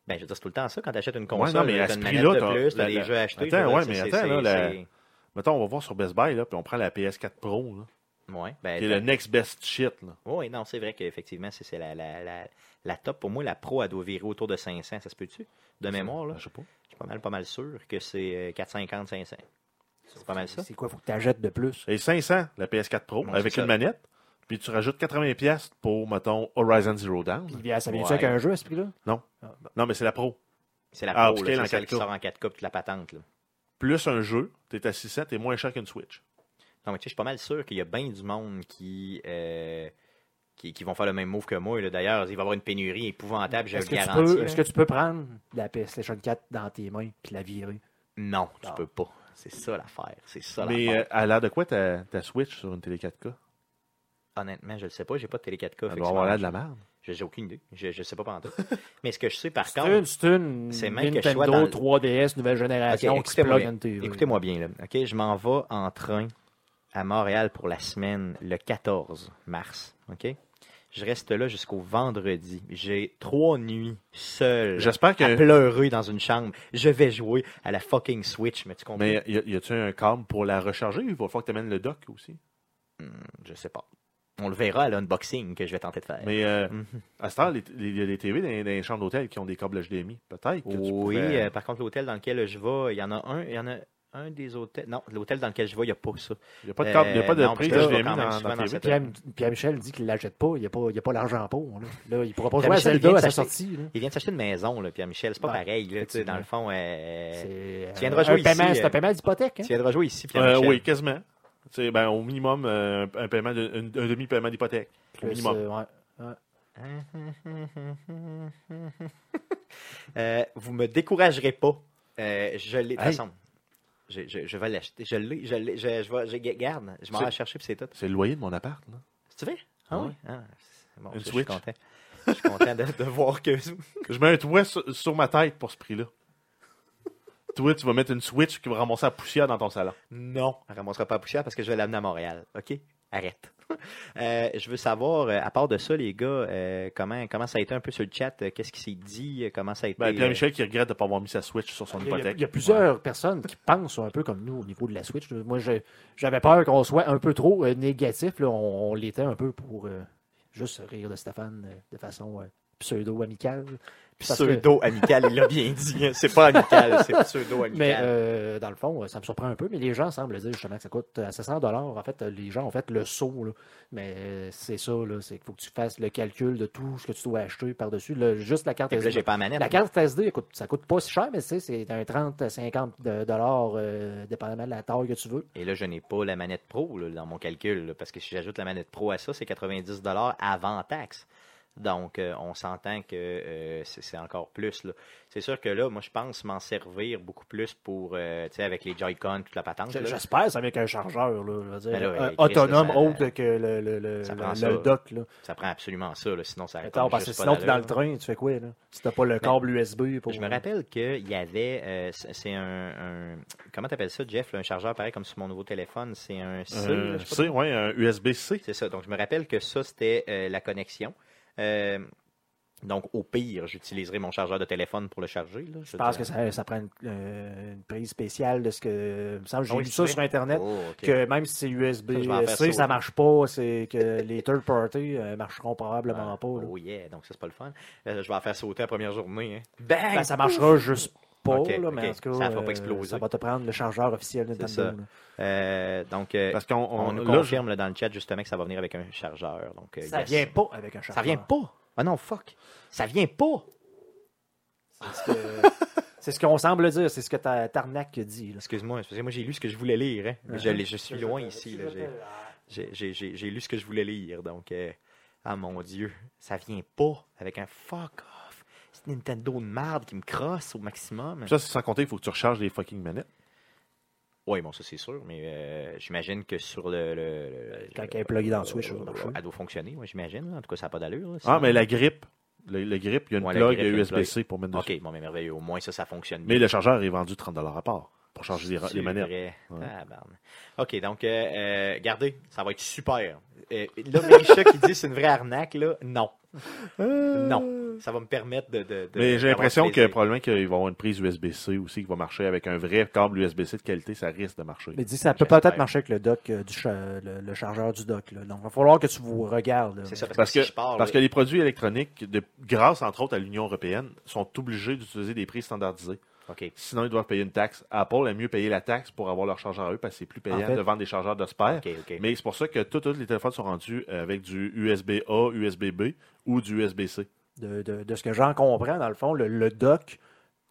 [SPEAKER 1] Ben, je veux dire, c'est tout le temps ça. Quand t'achètes une
[SPEAKER 2] Ouais,
[SPEAKER 1] console,
[SPEAKER 2] non, mais
[SPEAKER 1] là,
[SPEAKER 2] à
[SPEAKER 1] t'as
[SPEAKER 2] ce
[SPEAKER 1] une
[SPEAKER 2] prix-là,
[SPEAKER 1] manette de
[SPEAKER 2] t'as-
[SPEAKER 1] plus,
[SPEAKER 2] la-
[SPEAKER 1] t'as des
[SPEAKER 2] la-
[SPEAKER 1] jeux à acheter.
[SPEAKER 2] Attends,
[SPEAKER 1] je veux dire,
[SPEAKER 2] ouais, mais
[SPEAKER 1] c'est-
[SPEAKER 2] attends,
[SPEAKER 1] c'est-
[SPEAKER 2] là,
[SPEAKER 1] c'est-
[SPEAKER 2] Mettons, on va voir sur Best Buy, là, puis on prend la PS4 Pro, là,
[SPEAKER 1] Ouais, ben,
[SPEAKER 2] qui est le next best shit. Là.
[SPEAKER 1] Oui, non, c'est vrai qu'effectivement, c'est c'est la, la, la, la top. Pour moi, la pro, elle doit virer autour de 500, ça se peut-tu? De mémoire, là,
[SPEAKER 2] Je sais pas.
[SPEAKER 1] je suis pas mal, pas mal sûr que c'est euh, 450, 500. C'est pas mal ça.
[SPEAKER 3] C'est quoi, faut que tu achètes de plus?
[SPEAKER 2] Et 500, la PS4 Pro,
[SPEAKER 1] Ouais,
[SPEAKER 2] avec
[SPEAKER 1] c'est
[SPEAKER 2] une
[SPEAKER 1] ça.
[SPEAKER 2] manette, puis tu rajoutes 80$ piastres pour, mettons, Horizon Zero Dawn.
[SPEAKER 1] Mm.
[SPEAKER 3] Il vient, ça vient
[SPEAKER 1] Ouais.
[SPEAKER 3] avec un jeu, à ce prix-là?
[SPEAKER 2] Non.
[SPEAKER 3] Ah, bon.
[SPEAKER 2] Non, mais c'est la Pro.
[SPEAKER 1] C'est la
[SPEAKER 2] Ah,
[SPEAKER 1] pro, là,
[SPEAKER 2] upscale en
[SPEAKER 1] c'est celle qui
[SPEAKER 2] 4K.
[SPEAKER 1] sort en 4K, toute la patente. Là.
[SPEAKER 2] Plus un jeu, t'es à 600, t'es moins cher qu'une Switch.
[SPEAKER 1] Non, mais tu sais, je suis pas mal sûr qu'il y a bien du monde qui, euh, qui, qui vont faire le même move que moi. là. D'ailleurs, il va y avoir une pénurie épouvantable, je le
[SPEAKER 3] Est-ce que, tu
[SPEAKER 1] garantis.
[SPEAKER 3] peux-
[SPEAKER 1] là.
[SPEAKER 3] est-ce que tu peux prendre la PlayStation 4 dans tes mains puis la virer?
[SPEAKER 1] Non, tu
[SPEAKER 3] Ah.
[SPEAKER 1] peux pas. C'est ça l'affaire. C'est ça
[SPEAKER 2] mais
[SPEAKER 1] l'affaire.
[SPEAKER 2] euh, elle a l'air de quoi ta, ta Switch sur une télé 4K
[SPEAKER 1] Honnêtement, je le sais pas. J'ai pas de télé 4K.
[SPEAKER 2] Elle
[SPEAKER 1] fait que
[SPEAKER 2] doit
[SPEAKER 1] c'est
[SPEAKER 2] avoir
[SPEAKER 1] pas-
[SPEAKER 2] l'air de la merde.
[SPEAKER 1] je- J'ai aucune idée. Je, je sais pas pendant Mais ce que je sais par
[SPEAKER 3] C'est
[SPEAKER 1] contre.
[SPEAKER 3] une, c'est une
[SPEAKER 1] c'est même que je sois
[SPEAKER 3] Nintendo
[SPEAKER 1] dans le-
[SPEAKER 3] 3DS nouvelle génération
[SPEAKER 1] Ok,
[SPEAKER 3] qui se
[SPEAKER 1] écoutez-moi
[SPEAKER 3] plug
[SPEAKER 1] bien.
[SPEAKER 3] une TV.
[SPEAKER 1] Écoutez-moi bien, là. OK, je m'en vais en train à Montréal pour la semaine le 14 mars. OK? Je reste là jusqu'au vendredi. J'ai trois nuits seul
[SPEAKER 2] J'espère
[SPEAKER 1] à
[SPEAKER 2] que.
[SPEAKER 1] pleurer dans une chambre. Je vais jouer à la fucking Switch, mais tu comprends?
[SPEAKER 2] Mais y a- y a-tu un câble pour la recharger Il va falloir que t'amènes le dock aussi.
[SPEAKER 1] Je sais pas. On le verra à l'unboxing que je vais tenter de faire.
[SPEAKER 2] Mais euh,
[SPEAKER 1] Mhm.
[SPEAKER 2] à cette heure, les- les- il y a des TV dans, les- dans les chambres d'hôtel qui ont des câbles HDMI. Peut-être. que tu
[SPEAKER 1] Oui,
[SPEAKER 2] pourrais-
[SPEAKER 1] euh, par contre, l'hôtel dans lequel je vais, il y en a un, il y en a un des hôtels. Non, l'hôtel dans lequel je vais, il n'y a pas ça.
[SPEAKER 2] Il n'y a pas de câble, il n'y a pas de
[SPEAKER 1] euh, non,
[SPEAKER 2] prise
[SPEAKER 1] parce que
[SPEAKER 2] HDMI
[SPEAKER 1] je vais
[SPEAKER 2] dans,
[SPEAKER 1] quand même
[SPEAKER 2] dans
[SPEAKER 1] souvent
[SPEAKER 2] la
[SPEAKER 1] dans
[SPEAKER 2] TV.
[SPEAKER 1] cette-
[SPEAKER 3] Pierre, Pierre Michel dit qu'il ne l'achète pas, il n'y a pas, il y a pas l'argent pour. Là. Là, il ne pourra pas
[SPEAKER 1] Pierre
[SPEAKER 3] jouer à
[SPEAKER 1] Michel
[SPEAKER 3] Zelda
[SPEAKER 1] vient
[SPEAKER 3] à sa
[SPEAKER 1] de
[SPEAKER 3] sortie. là.
[SPEAKER 1] Il vient de s'acheter une maison, là, Pierre-Michel. C'est pas
[SPEAKER 3] Ouais,
[SPEAKER 1] pareil, là, tu sais, dans
[SPEAKER 3] effectivement.
[SPEAKER 1] le fond. euh,
[SPEAKER 3] C'est
[SPEAKER 1] tu
[SPEAKER 3] euh,
[SPEAKER 1] viendras
[SPEAKER 3] un
[SPEAKER 1] jouer ici,
[SPEAKER 3] paiement-
[SPEAKER 1] euh,
[SPEAKER 3] c'est un paiement d'hypothèque. hein?
[SPEAKER 1] Tu viendras jouer ici,
[SPEAKER 2] Euh,
[SPEAKER 1] Pierre-Michel.
[SPEAKER 2] oui, quasiment. C'est, ben, au minimum, euh, un, paiement de- un- un demi-paiement d'hypothèque. Au
[SPEAKER 3] Plus,
[SPEAKER 2] minimum.
[SPEAKER 3] euh, ouais.
[SPEAKER 1] Euh, vous me découragerez pas. Euh, je l'ai. De toute
[SPEAKER 2] Hey.
[SPEAKER 1] façon, je, je- je vais l'acheter. Je l'ai. Je l'ai. Je, je vais- je garde. Je m'en vais
[SPEAKER 2] C'est-
[SPEAKER 1] la chercher puis c'est tout.
[SPEAKER 2] C'est le loyer de mon appart. Là.
[SPEAKER 1] Tu veux? Ah oui. Ah, c'est bon,
[SPEAKER 2] Une
[SPEAKER 1] je, je suis
[SPEAKER 2] Switch.
[SPEAKER 1] content. Je suis content de, de voir que.
[SPEAKER 2] Je mets un toit sur, sur ma tête pour ce prix-là. Toi, tu vas mettre une Switch qui va ramasser la poussière dans ton salon.
[SPEAKER 1] Non, elle ne ramassera pas la poussière parce que je vais l'amener à Montréal. OK? Arrête. Euh, je veux savoir, euh, à part de ça, les gars, euh, comment, comment ça a été un peu sur le chat, euh, qu'est-ce qui s'est dit, euh, comment ça a été.
[SPEAKER 2] Ben,
[SPEAKER 1] euh,
[SPEAKER 2] Pierre-Michel qui regrette de ne pas avoir mis sa Switch sur son
[SPEAKER 3] Il y a- il y a,
[SPEAKER 2] hypothèque.
[SPEAKER 3] il y a plusieurs personnes qui pensent un peu comme nous au niveau de la Switch. Moi, je- j'avais peur qu'on soit un peu trop euh, négatif. là. On, on l'était un peu pour euh, juste rire de Stéphane euh, de façon euh, pseudo-amicale.
[SPEAKER 1] euh,
[SPEAKER 3] parce que-
[SPEAKER 1] Pseudo-amical, il l'a bien dit. hein. C'est pas amical, c'est pseudo-amical.
[SPEAKER 3] Mais euh, dans le fond, euh, ça me surprend un peu, mais les gens semblent dire justement que ça coûte euh, à 700 dollars. En fait, euh, les gens ont fait le saut. là. Mais euh, c'est ça, là, c'est qu'il faut que tu fasses le calcul de tout ce que tu dois acheter par-dessus. Là, Juste la carte
[SPEAKER 1] Fait que là, j'ai
[SPEAKER 3] SD.
[SPEAKER 1] pas la manette.
[SPEAKER 3] La carte SD, écoute, ça coûte pas si cher, mais tu sais, c'est un 30 à 50 de- dollars, euh, dépendamment de la taille que tu veux.
[SPEAKER 1] Et là, je n'ai pas la manette pro là, dans mon calcul, là, parce que si j'ajoute la manette pro à ça, c'est 90 avant taxe. Donc, euh, on s'entend que euh, c'est c'est encore plus. là. C'est sûr que là, moi, je pense m'en servir beaucoup plus pour, euh, tu sais, avec les Joy-Con, toute la patente.
[SPEAKER 3] Je-
[SPEAKER 1] là.
[SPEAKER 3] J'espère, ça avec un chargeur, là, je veux dire,
[SPEAKER 1] Mais Ben là,
[SPEAKER 3] un-
[SPEAKER 1] hey, Chris,
[SPEAKER 3] autonome
[SPEAKER 1] ça-
[SPEAKER 3] autre que le, le, le,
[SPEAKER 1] ça
[SPEAKER 3] le-
[SPEAKER 1] prend
[SPEAKER 3] le
[SPEAKER 1] ça.
[SPEAKER 3] dock. Là.
[SPEAKER 1] Ça prend absolument ça, là, sinon ça a
[SPEAKER 3] Attends,
[SPEAKER 1] comme
[SPEAKER 3] parce que
[SPEAKER 1] juste pas
[SPEAKER 3] sinon, t'es dans le
[SPEAKER 1] d'allure.
[SPEAKER 3] train, tu fais quoi? Là? Si t'as pas le câble USB pour.
[SPEAKER 1] Je me rappelle qu'il y avait, euh, c'est c'est un, un- comment t'appelles ça, Jeff, là, un chargeur pareil comme sur mon nouveau téléphone, c'est un C, là,
[SPEAKER 2] Euh,
[SPEAKER 1] je sais pas
[SPEAKER 2] C, ouais, un USB-C.
[SPEAKER 1] C'est ça. Donc, je me rappelle que ça, c'était euh, la connexion. Euh, donc, au pire, j'utiliserai mon chargeur de téléphone pour le charger. Là,
[SPEAKER 3] Je pense que ça, ça prend une, euh, une prise spéciale de ce que. Il me semble que j'ai
[SPEAKER 1] Ah oui,
[SPEAKER 3] lu
[SPEAKER 1] c'est
[SPEAKER 3] ça
[SPEAKER 1] vrai.
[SPEAKER 3] sur Internet.
[SPEAKER 1] Oh,
[SPEAKER 3] Que même si c'est
[SPEAKER 1] Ça, je vais en faire
[SPEAKER 3] USB-C, ça
[SPEAKER 1] ça.
[SPEAKER 3] marche pas. C'est que les third parties euh, marcheront probablement pas. là.
[SPEAKER 1] Oh yeah, donc ça, c'est pas le fun. Euh, je vais en faire sauter la première journée. hein. Bang!
[SPEAKER 3] Ben, ça marchera juste pas,
[SPEAKER 1] Ok,
[SPEAKER 3] là, mais
[SPEAKER 1] ok.
[SPEAKER 3] en tout cas,
[SPEAKER 1] Ça va pas
[SPEAKER 3] euh,
[SPEAKER 1] exploser.
[SPEAKER 3] ça va te prendre le chargeur officiel de
[SPEAKER 1] C'est
[SPEAKER 3] Nintendo. là.
[SPEAKER 1] Euh, donc, euh,
[SPEAKER 2] Parce qu'on
[SPEAKER 1] on,
[SPEAKER 2] on-
[SPEAKER 1] nous
[SPEAKER 2] là, je-
[SPEAKER 1] confirme là, dans le chat justement que ça va venir avec un chargeur. Donc, euh,
[SPEAKER 3] Ça
[SPEAKER 1] yes.
[SPEAKER 3] vient pas avec un chargeur.
[SPEAKER 1] Ça vient pas! Ah non, fuck. Ça vient pas.
[SPEAKER 3] C'est ce que- C'est ce qu'on semble dire, c'est ce que ta Tarnac dit. là.
[SPEAKER 1] Excuse-moi, parce que moi j'ai lu ce que je voulais lire. hein.
[SPEAKER 3] Ouais.
[SPEAKER 1] Je, l'ai- je suis loin ici. là. J'ai- J'ai- J'ai j'ai- j'ai lu ce que je voulais lire, donc euh, ah mon Dieu, ça vient pas avec un fuck off. C'est Nintendo de merde qui me crosse au maximum.
[SPEAKER 2] Puis Ça, c'est sans compter, il faut que tu recharges les fucking manettes.
[SPEAKER 1] Oui, bon, ça c'est sûr, mais euh, j'imagine que sur le. le- le-
[SPEAKER 3] Quand
[SPEAKER 1] le-
[SPEAKER 3] elle est pluguée dans le Switch, ça
[SPEAKER 1] euh,
[SPEAKER 3] doit marcher.
[SPEAKER 1] Elle doit fonctionner, ouais, j'imagine. là. En tout cas, ça n'a pas d'allure. là.
[SPEAKER 2] Ah,
[SPEAKER 1] Sinon-
[SPEAKER 2] mais la grippe. Le, le grip, il y a une
[SPEAKER 1] Ouais, la
[SPEAKER 2] plug
[SPEAKER 1] grippe, il y a une
[SPEAKER 2] USB-C pour mettre dessus.
[SPEAKER 1] Ok, bon, mais merveilleux. Au moins, ça, ça fonctionne
[SPEAKER 2] Mais le chargeur est vendu 30 à part pour charger les, les
[SPEAKER 1] C'est
[SPEAKER 2] manettes.
[SPEAKER 1] vrai.
[SPEAKER 2] Ouais.
[SPEAKER 1] Tabarne. OK, donc, euh, euh, gardez, ça va être super. Euh, là, Marisha qui dit c'est une vraie arnaque, là, non. Non. Ça va me permettre de. de- de-
[SPEAKER 2] Euh. Mais j'ai
[SPEAKER 1] d'avoir
[SPEAKER 2] l'impression
[SPEAKER 1] plaisir.
[SPEAKER 2] que probablement qu'il va y avoir une prise USB-C aussi qui va marcher avec un vrai câble USB-C de qualité, ça risque de marcher.
[SPEAKER 3] Mais dis, ça peut
[SPEAKER 1] J'espère.
[SPEAKER 3] peut-être marcher avec le dock euh, du cha- le, le chargeur du dock. Là. Donc, il va falloir que tu vous regardes. là.
[SPEAKER 1] C'est ça, parce,
[SPEAKER 2] Parce
[SPEAKER 1] que,
[SPEAKER 2] que,
[SPEAKER 1] si je pars.
[SPEAKER 2] parce que
[SPEAKER 1] là-
[SPEAKER 2] les produits électroniques, de, grâce entre autres à l'Union européenne, sont obligés d'utiliser des prix standardisés.
[SPEAKER 1] OK.
[SPEAKER 2] Sinon, ils doivent payer une taxe. Apple aime mieux payer la taxe pour avoir leur chargeur à eux parce que c'est plus payant
[SPEAKER 3] En fait-
[SPEAKER 2] de vendre des chargeurs de spare.
[SPEAKER 1] OK, OK.
[SPEAKER 2] Mais c'est pour ça que tous tous les téléphones sont rendus avec du USB-A, USB-B ou du USB-C.
[SPEAKER 3] De, de- de ce que j'en comprends, dans le fond, le, le dock,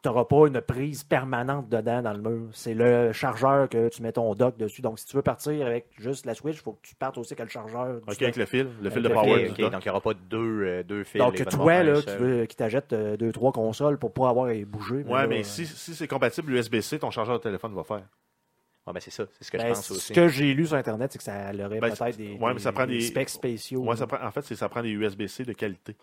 [SPEAKER 3] tu n'auras pas une prise permanente dedans dans le mur. C'est le chargeur que tu mets ton dock dessus. Donc, si tu veux partir avec juste la Switch, il faut que tu partes aussi avec le chargeur.
[SPEAKER 2] OK,
[SPEAKER 3] du dock.
[SPEAKER 2] avec le fil, Ah le fil de
[SPEAKER 3] le
[SPEAKER 1] OK,
[SPEAKER 2] power.
[SPEAKER 1] OK,
[SPEAKER 2] du dock.
[SPEAKER 1] donc il n'y aura pas deux, euh, deux fils.
[SPEAKER 3] Donc,
[SPEAKER 1] ils vont
[SPEAKER 3] toi,
[SPEAKER 1] avoir un
[SPEAKER 3] là, qui
[SPEAKER 1] seul.
[SPEAKER 3] veux qui t'achètes euh, deux, trois consoles pour pas avoir à les
[SPEAKER 2] ouais,
[SPEAKER 3] bouger. là,
[SPEAKER 2] mais
[SPEAKER 3] euh,
[SPEAKER 2] si, si c'est compatible USB-C, ton chargeur de téléphone va faire.
[SPEAKER 1] Ouais, ben, c'est ça, c'est ce que
[SPEAKER 3] ben,
[SPEAKER 1] je pense
[SPEAKER 3] ce
[SPEAKER 1] aussi.
[SPEAKER 3] que j'ai lu sur Internet, c'est que ça
[SPEAKER 2] Ben,
[SPEAKER 3] aurait peut-être
[SPEAKER 2] c'est-
[SPEAKER 3] des,
[SPEAKER 2] ouais, mais ça prend des-
[SPEAKER 3] specs spéciaux.
[SPEAKER 2] Ouais,
[SPEAKER 3] là.
[SPEAKER 2] ça prend, en fait, c'est ça prend des USB-C de qualité.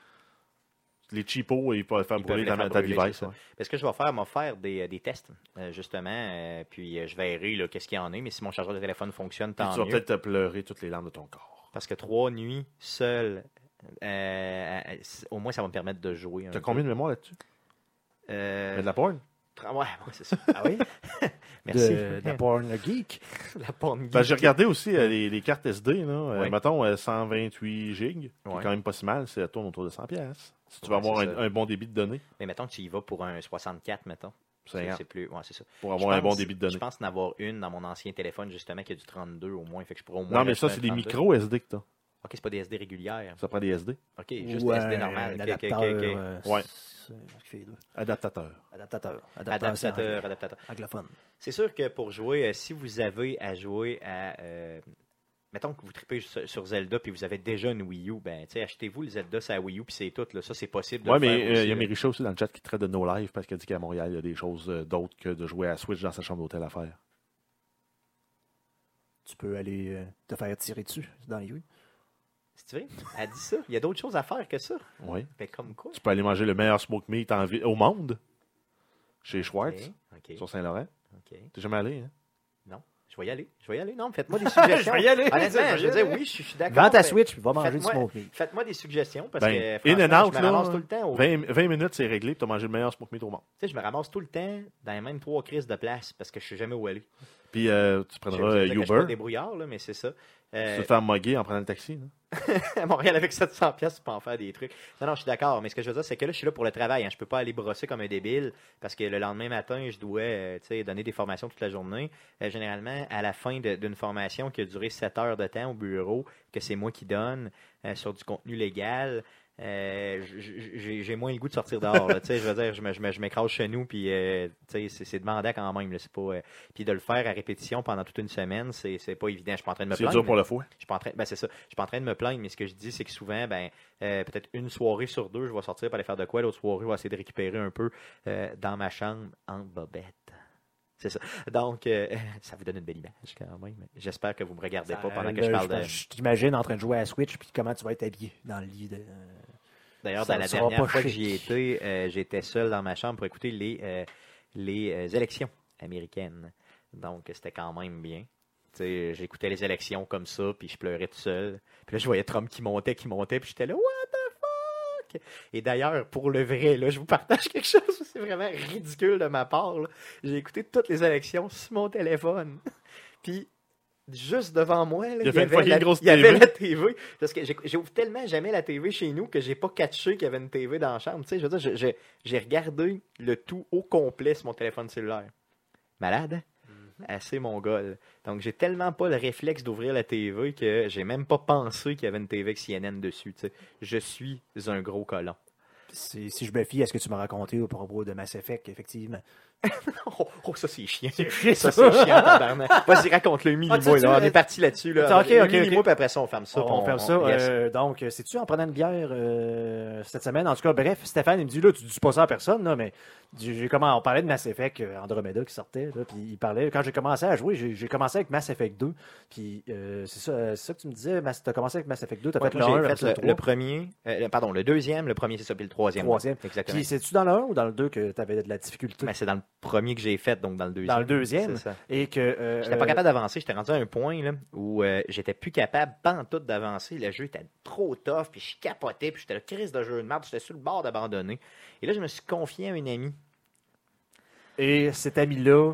[SPEAKER 2] Les cheapos, ils peuvent faire
[SPEAKER 1] Ils
[SPEAKER 2] brûler
[SPEAKER 1] peuvent les
[SPEAKER 2] ta,
[SPEAKER 1] faire
[SPEAKER 2] ta
[SPEAKER 1] brûler,
[SPEAKER 2] device.
[SPEAKER 1] c'est ça.
[SPEAKER 2] ouais.
[SPEAKER 1] Mais Ben, ce que je vais faire, moi, faire des, des tests, euh, justement, euh, puis euh, je verrai là, qu'est-ce qu'il y en a, mais si mon chargeur de téléphone fonctionne,
[SPEAKER 2] Puis
[SPEAKER 1] tant
[SPEAKER 2] tu vas
[SPEAKER 1] mieux.
[SPEAKER 2] peut-être te pleurer toutes les larmes de ton corps.
[SPEAKER 1] Parce que trois nuits seules, euh, euh, au moins ça va me permettre de jouer. un
[SPEAKER 2] T'as
[SPEAKER 1] peu.
[SPEAKER 2] combien de mémoire là-dessus?
[SPEAKER 1] Euh,
[SPEAKER 2] Mais de la porn?
[SPEAKER 1] tra- Ouais, ouais, c'est ça.
[SPEAKER 3] Ah oui?
[SPEAKER 1] Merci.
[SPEAKER 3] De, de la porn geek.
[SPEAKER 1] La porn geek.
[SPEAKER 2] Ben, j'ai regardé aussi euh, les, les cartes SD, là, Euh,
[SPEAKER 1] Ouais.
[SPEAKER 2] mettons euh, 128 gigs, qui est
[SPEAKER 1] Ouais.
[SPEAKER 2] quand même pas si mal, ça tourne autour de 100 pièces. Si tu veux
[SPEAKER 1] Ouais,
[SPEAKER 2] avoir
[SPEAKER 1] c'est
[SPEAKER 2] un,
[SPEAKER 1] ça.
[SPEAKER 2] un bon débit de données,
[SPEAKER 1] Mais mettons que tu y vas pour un 64, mettons. C'est
[SPEAKER 2] 50,
[SPEAKER 1] c'est plus. Ouais, c'est ça.
[SPEAKER 2] pour avoir
[SPEAKER 1] Je
[SPEAKER 2] un bon
[SPEAKER 1] pense-
[SPEAKER 2] débit de données.
[SPEAKER 1] Je pense en avoir une dans mon ancien téléphone, justement, qui a du 32 au moins. Fait que je pourrais au moins.
[SPEAKER 2] Non, mais ça,
[SPEAKER 1] rajouter
[SPEAKER 2] c'est
[SPEAKER 1] un
[SPEAKER 2] des
[SPEAKER 1] 32.
[SPEAKER 2] micro SD que t'as.
[SPEAKER 1] Ok, c'est pas des SD régulières.
[SPEAKER 2] Ça prend des SD.
[SPEAKER 1] Ok, juste
[SPEAKER 3] Ou
[SPEAKER 1] des SD
[SPEAKER 3] un-
[SPEAKER 1] normales.
[SPEAKER 3] Un
[SPEAKER 1] Ok, ok, ok,
[SPEAKER 3] adaptateur.
[SPEAKER 1] ok.
[SPEAKER 3] euh,
[SPEAKER 2] Ouais.
[SPEAKER 3] c'est- c'est- qui fait les deux.
[SPEAKER 2] Adaptateur.
[SPEAKER 3] Adaptateur. c'est
[SPEAKER 1] Adaptateur,
[SPEAKER 3] anglais.
[SPEAKER 1] adaptateur.
[SPEAKER 3] Anglophone.
[SPEAKER 1] C'est sûr que pour jouer, euh, si vous avez à jouer à. euh, mettons que vous tripez sur, sur Zelda puis vous avez déjà une Wii U, ben, tu sais, achetez-vous le Zelda, c'est la Wii U puis c'est tout. Là. Ça, c'est possible. De
[SPEAKER 2] Ouais,
[SPEAKER 1] le faire
[SPEAKER 2] mais euh, il
[SPEAKER 1] aussi,
[SPEAKER 2] y a
[SPEAKER 1] là.
[SPEAKER 2] Mérisha aussi dans le chat qui traite de No Life parce qu'elle dit qu'à Montréal, il y a des choses euh, d'autres que de jouer à Switch dans sa chambre d'hôtel à faire.
[SPEAKER 3] Tu peux aller euh, te faire tirer dessus dans les rues.
[SPEAKER 1] C'est vrai? Elle dit ça. Il y a d'autres choses à faire que ça.
[SPEAKER 2] Oui.
[SPEAKER 1] Ben, comme quoi?
[SPEAKER 2] Tu peux aller manger le meilleur smoke meat en vi- au monde chez
[SPEAKER 1] Ok,
[SPEAKER 2] Schwartz,
[SPEAKER 1] ok,
[SPEAKER 2] sur Saint-Laurent.
[SPEAKER 1] ok.
[SPEAKER 2] T'es jamais allé, hein?
[SPEAKER 1] Je vais y aller. Je vais y aller. Non, faites-moi des
[SPEAKER 3] Je
[SPEAKER 1] suggestions.
[SPEAKER 3] vais y aller.
[SPEAKER 1] Honnêtement,
[SPEAKER 3] Je
[SPEAKER 1] je veux
[SPEAKER 3] vais y
[SPEAKER 1] dire,
[SPEAKER 3] aller.
[SPEAKER 1] oui, je suis- je suis d'accord.
[SPEAKER 3] Vends ta
[SPEAKER 1] mais
[SPEAKER 3] Switch, puis va manger du
[SPEAKER 1] faites-moi-
[SPEAKER 3] smoke meat.
[SPEAKER 1] Faites-moi des suggestions parce
[SPEAKER 2] Ben,
[SPEAKER 1] que
[SPEAKER 2] in and
[SPEAKER 1] franchement,
[SPEAKER 2] out,
[SPEAKER 1] je me
[SPEAKER 2] là.
[SPEAKER 1] ramasse tout le temps. au-
[SPEAKER 2] 20, 20 minutes, c'est réglé, puis t'as mangé le meilleur smoke meat au monde.
[SPEAKER 1] Tu sais, je me ramasse tout le temps dans les mêmes trois crises de place parce que je sais jamais où aller.
[SPEAKER 2] Puis euh, tu
[SPEAKER 1] Je sais
[SPEAKER 2] prendras euh,
[SPEAKER 1] que je suis pas
[SPEAKER 2] Uber.
[SPEAKER 1] débrouillard, là, mais c'est ça.
[SPEAKER 2] Tu
[SPEAKER 1] Euh,
[SPEAKER 2] te fais moguer en prenant le taxi. là.
[SPEAKER 1] à Montréal avec 700 pièces, tu peux en faire des trucs. Non, non, je suis d'accord, mais ce que je veux dire, c'est que là, je suis là pour le travail. Hein. Je peux pas aller brosser comme un débile parce que le lendemain matin, je dois euh, tu sais, donner des formations toute la journée. Euh, généralement, à la fin de- d'une formation qui a duré 7 heures de temps au bureau, que c'est moi qui donne euh, sur du contenu légal. euh, j- j- j'ai j'ai moins le goût de sortir dehors. là. Tu sais, je veux dire, je me- je me- je m'écrase chez nous, puis euh, tu sais, c'est c'est demandant quand même. là. C'est pas, euh, puis de le faire à répétition pendant toute une semaine, c'est c'est pas évident. Je suis pas en train de me
[SPEAKER 2] C'est
[SPEAKER 1] plaindre.
[SPEAKER 2] dur pour le foie.
[SPEAKER 1] Je suis pas en train, ben c'est ça. Je suis pas en train de me plaindre, mais ce que je dis, c'est que souvent, ben, euh, peut-être une soirée sur deux, je vais sortir pour aller faire de quoi. L'autre soirée, je vais essayer de récupérer un peu euh, dans ma chambre en bobette. C'est ça. Donc, euh, ça vous donne une belle image quand même. J'espère que vous me regardez pas pendant que je parle de.
[SPEAKER 3] Euh, ben, Je t'imagine en train de jouer à la Switch, puis comment tu vas être habillé dans le lit. De...
[SPEAKER 1] D'ailleurs,
[SPEAKER 3] ça
[SPEAKER 1] dans la
[SPEAKER 3] sera pas
[SPEAKER 1] dernière fois que
[SPEAKER 3] chic.
[SPEAKER 1] j'y étais, euh, j'étais seul dans ma chambre pour écouter les, euh, les euh, élections américaines. Donc, c'était quand même bien. Tu sais, J'écoutais les élections comme ça, puis je pleurais tout seul. Puis là, je voyais Trump qui montait, qui montait, puis j'étais là, what the fuck? Et d'ailleurs, pour le vrai, là, je vous partage quelque chose, c'est vraiment ridicule de ma part. là. J'ai écouté toutes les élections sur mon téléphone. puis, juste devant moi, là,
[SPEAKER 2] Il a
[SPEAKER 1] il y
[SPEAKER 2] fait une
[SPEAKER 1] avait
[SPEAKER 2] fucking
[SPEAKER 1] la-
[SPEAKER 2] grosse
[SPEAKER 1] il y avait
[SPEAKER 2] TV.
[SPEAKER 1] la TV. Parce que j'ai- j'ouvre tellement jamais la TV chez nous que j'ai pas catché qu'il y avait une TV dans la chambre. Tu sais, je veux dire, je- je- j'ai regardé le tout au complet sur mon téléphone cellulaire. Malade, hein?
[SPEAKER 2] Mm.
[SPEAKER 1] assez mongol. Donc, j'ai tellement pas le réflexe d'ouvrir la TV que j'ai même pas pensé qu'il y avait une TV avec CNN dessus. tu sais. Je suis un gros colon.
[SPEAKER 3] Si, si je me fie à ce que tu m'as raconté au propos de Mass Effect, effectivement.
[SPEAKER 1] Oh, oh, ça c'est chiant.
[SPEAKER 3] chiant,
[SPEAKER 1] Ça c'est chiant, tabarnak. Vas-y, raconte-le, mini-moi.
[SPEAKER 3] Ah, tu- tu-
[SPEAKER 1] là. on est parti là-dessus. Là.
[SPEAKER 3] Ok, ok, ok.
[SPEAKER 1] Mini-moi, puis après ça, on ferme ça. puis
[SPEAKER 3] on ferme ça.
[SPEAKER 1] yes.
[SPEAKER 3] euh, donc, euh, c'est-tu en prenant une bière euh, cette semaine? En tout cas, bref, Stéphane, il me dit, là, tu dis pas ça à personne, là, mais du- j'ai comment, on parlait de Mass Effect euh, Andromeda qui sortait, là, puis il parlait, quand j'ai commencé à jouer, j'ai j'ai commencé avec Mass Effect 2, puis euh, c'est ça, euh, c'est ça que tu me disais, Mass- t'as commencé avec Mass Effect 2, t'as
[SPEAKER 1] Ouais,
[SPEAKER 3] fait le
[SPEAKER 1] moi,
[SPEAKER 3] 1,
[SPEAKER 1] j'ai
[SPEAKER 3] après
[SPEAKER 1] fait
[SPEAKER 3] ça,
[SPEAKER 1] le,
[SPEAKER 3] le 3.
[SPEAKER 1] le premier, euh, le- pardon, le deuxième, le premier, c'est ça, puis le troisième.
[SPEAKER 3] Troisième.
[SPEAKER 1] ouais. Exactement.
[SPEAKER 3] Puis c'est-tu dans le 1 ou dans le 2 que t'avais de la difficulté?
[SPEAKER 1] Mais c'est dans le premier que j'ai fait, donc dans le deuxième.
[SPEAKER 3] Dans le deuxième?
[SPEAKER 1] C'est ça.
[SPEAKER 3] Et que... euh,
[SPEAKER 1] J'étais pas
[SPEAKER 3] euh,
[SPEAKER 1] capable d'avancer, j'étais rendu à un point là, où euh, j'étais plus capable, pantoute, d'avancer. Le jeu était trop tough, puis je capotais, puis j'étais le crise de jeu de merde, j'étais sur le bord d'abandonner. Et là, je me suis confié à une amie.
[SPEAKER 3] Et cet ami-là, euh,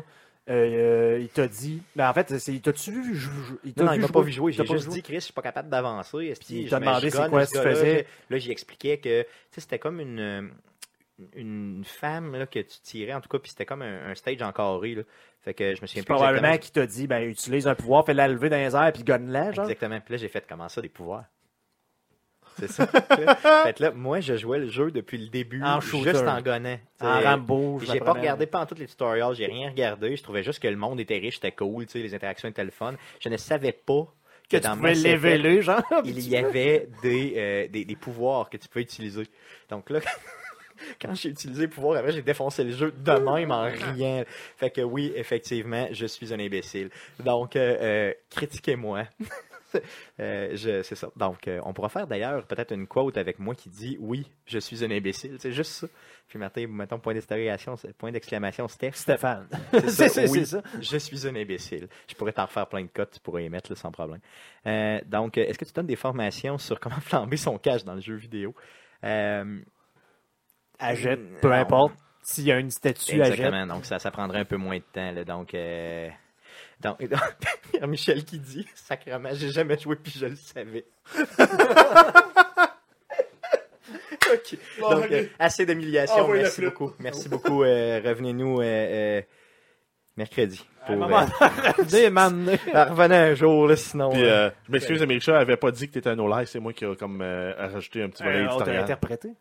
[SPEAKER 3] euh, il t'a dit. Ben, en fait, c'est- il t'a-tu vu jou- jou- t'a
[SPEAKER 1] Non, non, il m'a pas
[SPEAKER 3] jouer?
[SPEAKER 1] vu jouer.
[SPEAKER 3] Il t'a
[SPEAKER 1] J'ai
[SPEAKER 3] pas
[SPEAKER 1] juste
[SPEAKER 3] joué?
[SPEAKER 1] dit, Chris, je suis pas capable d'avancer. Est-ce
[SPEAKER 3] Puis il
[SPEAKER 1] que
[SPEAKER 3] t'a
[SPEAKER 1] je-
[SPEAKER 3] demandé
[SPEAKER 1] je
[SPEAKER 3] c'est
[SPEAKER 1] gonne
[SPEAKER 3] quoi
[SPEAKER 1] ce
[SPEAKER 3] tu
[SPEAKER 1] gars-là?
[SPEAKER 3] faisais?
[SPEAKER 1] Là, j'y expliquais que tu sais, c'était comme une, euh, une femme là, que tu tirais, en tout cas, puis c'était comme un, un stage en carré. Là. Fait que je me souviens plus
[SPEAKER 3] Probablement
[SPEAKER 1] exactement.
[SPEAKER 3] qu'il t'a dit, ben, utilise un pouvoir, fais-la lever dans les airs, puis gonne-la, genre.
[SPEAKER 1] Exactement. Puis là, j'ai fait comment ça, des pouvoirs? C'est ça. fait que là, moi, je jouais le jeu depuis le début,
[SPEAKER 3] En shooter.
[SPEAKER 1] juste en gonnant.
[SPEAKER 3] En Rambo,
[SPEAKER 1] Puis
[SPEAKER 3] je
[SPEAKER 1] J'ai pas
[SPEAKER 3] m'apprenais.
[SPEAKER 1] regardé pendant tous les tutorials, j'ai rien regardé. Je trouvais juste que le monde était riche, c'était cool, tu sais, les interactions étaient le fun. Je ne savais pas
[SPEAKER 3] Que
[SPEAKER 1] que,
[SPEAKER 3] tu
[SPEAKER 1] dans
[SPEAKER 3] pouvais
[SPEAKER 1] Mass Effect,
[SPEAKER 3] leveler, genre.
[SPEAKER 1] il y avait des, euh, des, des pouvoirs que tu peux utiliser. Donc là, quand j'ai utilisé le pouvoir, après, j'ai défoncé le jeu de même en riant. Fait que oui, effectivement, je suis un imbécile. Donc, euh, euh, critiquez-moi. Euh, je- c'est ça. Donc, euh, on pourra faire d'ailleurs peut-être une quote avec moi qui dit Oui, je suis un imbécile. C'est juste ça. Puis, Martin, mettons point d'exclamation, point d'exclamation, Steph.
[SPEAKER 3] Stéphane.
[SPEAKER 1] Euh, C'est
[SPEAKER 3] C'est-
[SPEAKER 1] ça,
[SPEAKER 3] c'est
[SPEAKER 1] oui.
[SPEAKER 3] ça.
[SPEAKER 1] Je suis un imbécile. Je pourrais t'en refaire plein de cotes, tu pourrais y mettre là, sans problème. Euh, donc, euh, est-ce que tu donnes des formations sur comment flamber son cash dans le jeu vidéo? Euh,
[SPEAKER 3] Agette,
[SPEAKER 1] Non.
[SPEAKER 3] peu importe. S'il y a une statue, agette.
[SPEAKER 1] exactement. Donc, ça, ça prendrait un peu moins de temps. là. donc, euh, donc, Michel qui dit Sacrement, j'ai jamais joué puis je le savais. OK.
[SPEAKER 2] Bon,
[SPEAKER 1] Donc,
[SPEAKER 2] ok.
[SPEAKER 1] euh, assez d'humiliation.
[SPEAKER 2] Envoyez la
[SPEAKER 1] Merci
[SPEAKER 2] flûte.
[SPEAKER 1] beaucoup. Merci beaucoup. Euh, Revenez-nous euh, euh, mercredi. pour, euh,
[SPEAKER 3] Des man-
[SPEAKER 1] Ah, revenez un jour, là, sinon.
[SPEAKER 2] Puis,
[SPEAKER 1] euh,
[SPEAKER 2] euh, je m'excuse, Americha avait pas dit que t'étais un no-life. C'est moi qui a comme euh, a rajouté un petit volet
[SPEAKER 3] On t'a
[SPEAKER 2] éditorial.
[SPEAKER 3] interprété.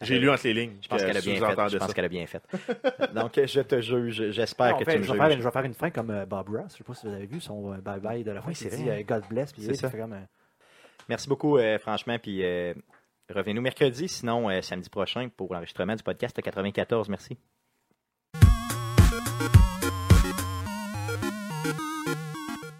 [SPEAKER 2] J'ai lu entre les lignes.
[SPEAKER 1] je pense qu'elle a bien fait. Je pense qu'elle a bien fait. Donc, je te juge. J'espère
[SPEAKER 3] Non,
[SPEAKER 1] que
[SPEAKER 3] en fait,
[SPEAKER 1] tu me
[SPEAKER 3] je, vais faire,
[SPEAKER 1] juges.
[SPEAKER 3] je vais faire une fin comme euh, Bob Ross. Je sais pas si vous avez vu son euh, bye-bye de la fin.
[SPEAKER 1] Oui,
[SPEAKER 3] il
[SPEAKER 1] c'est
[SPEAKER 3] dit
[SPEAKER 1] vrai.
[SPEAKER 3] euh, God bless, puis
[SPEAKER 1] C'est
[SPEAKER 3] il
[SPEAKER 1] ça.
[SPEAKER 3] fait comme. euh,
[SPEAKER 1] Merci beaucoup, euh, franchement. Puis, euh, revenez-nous mercredi, sinon euh, samedi prochain pour l'enregistrement du podcast 94. Merci.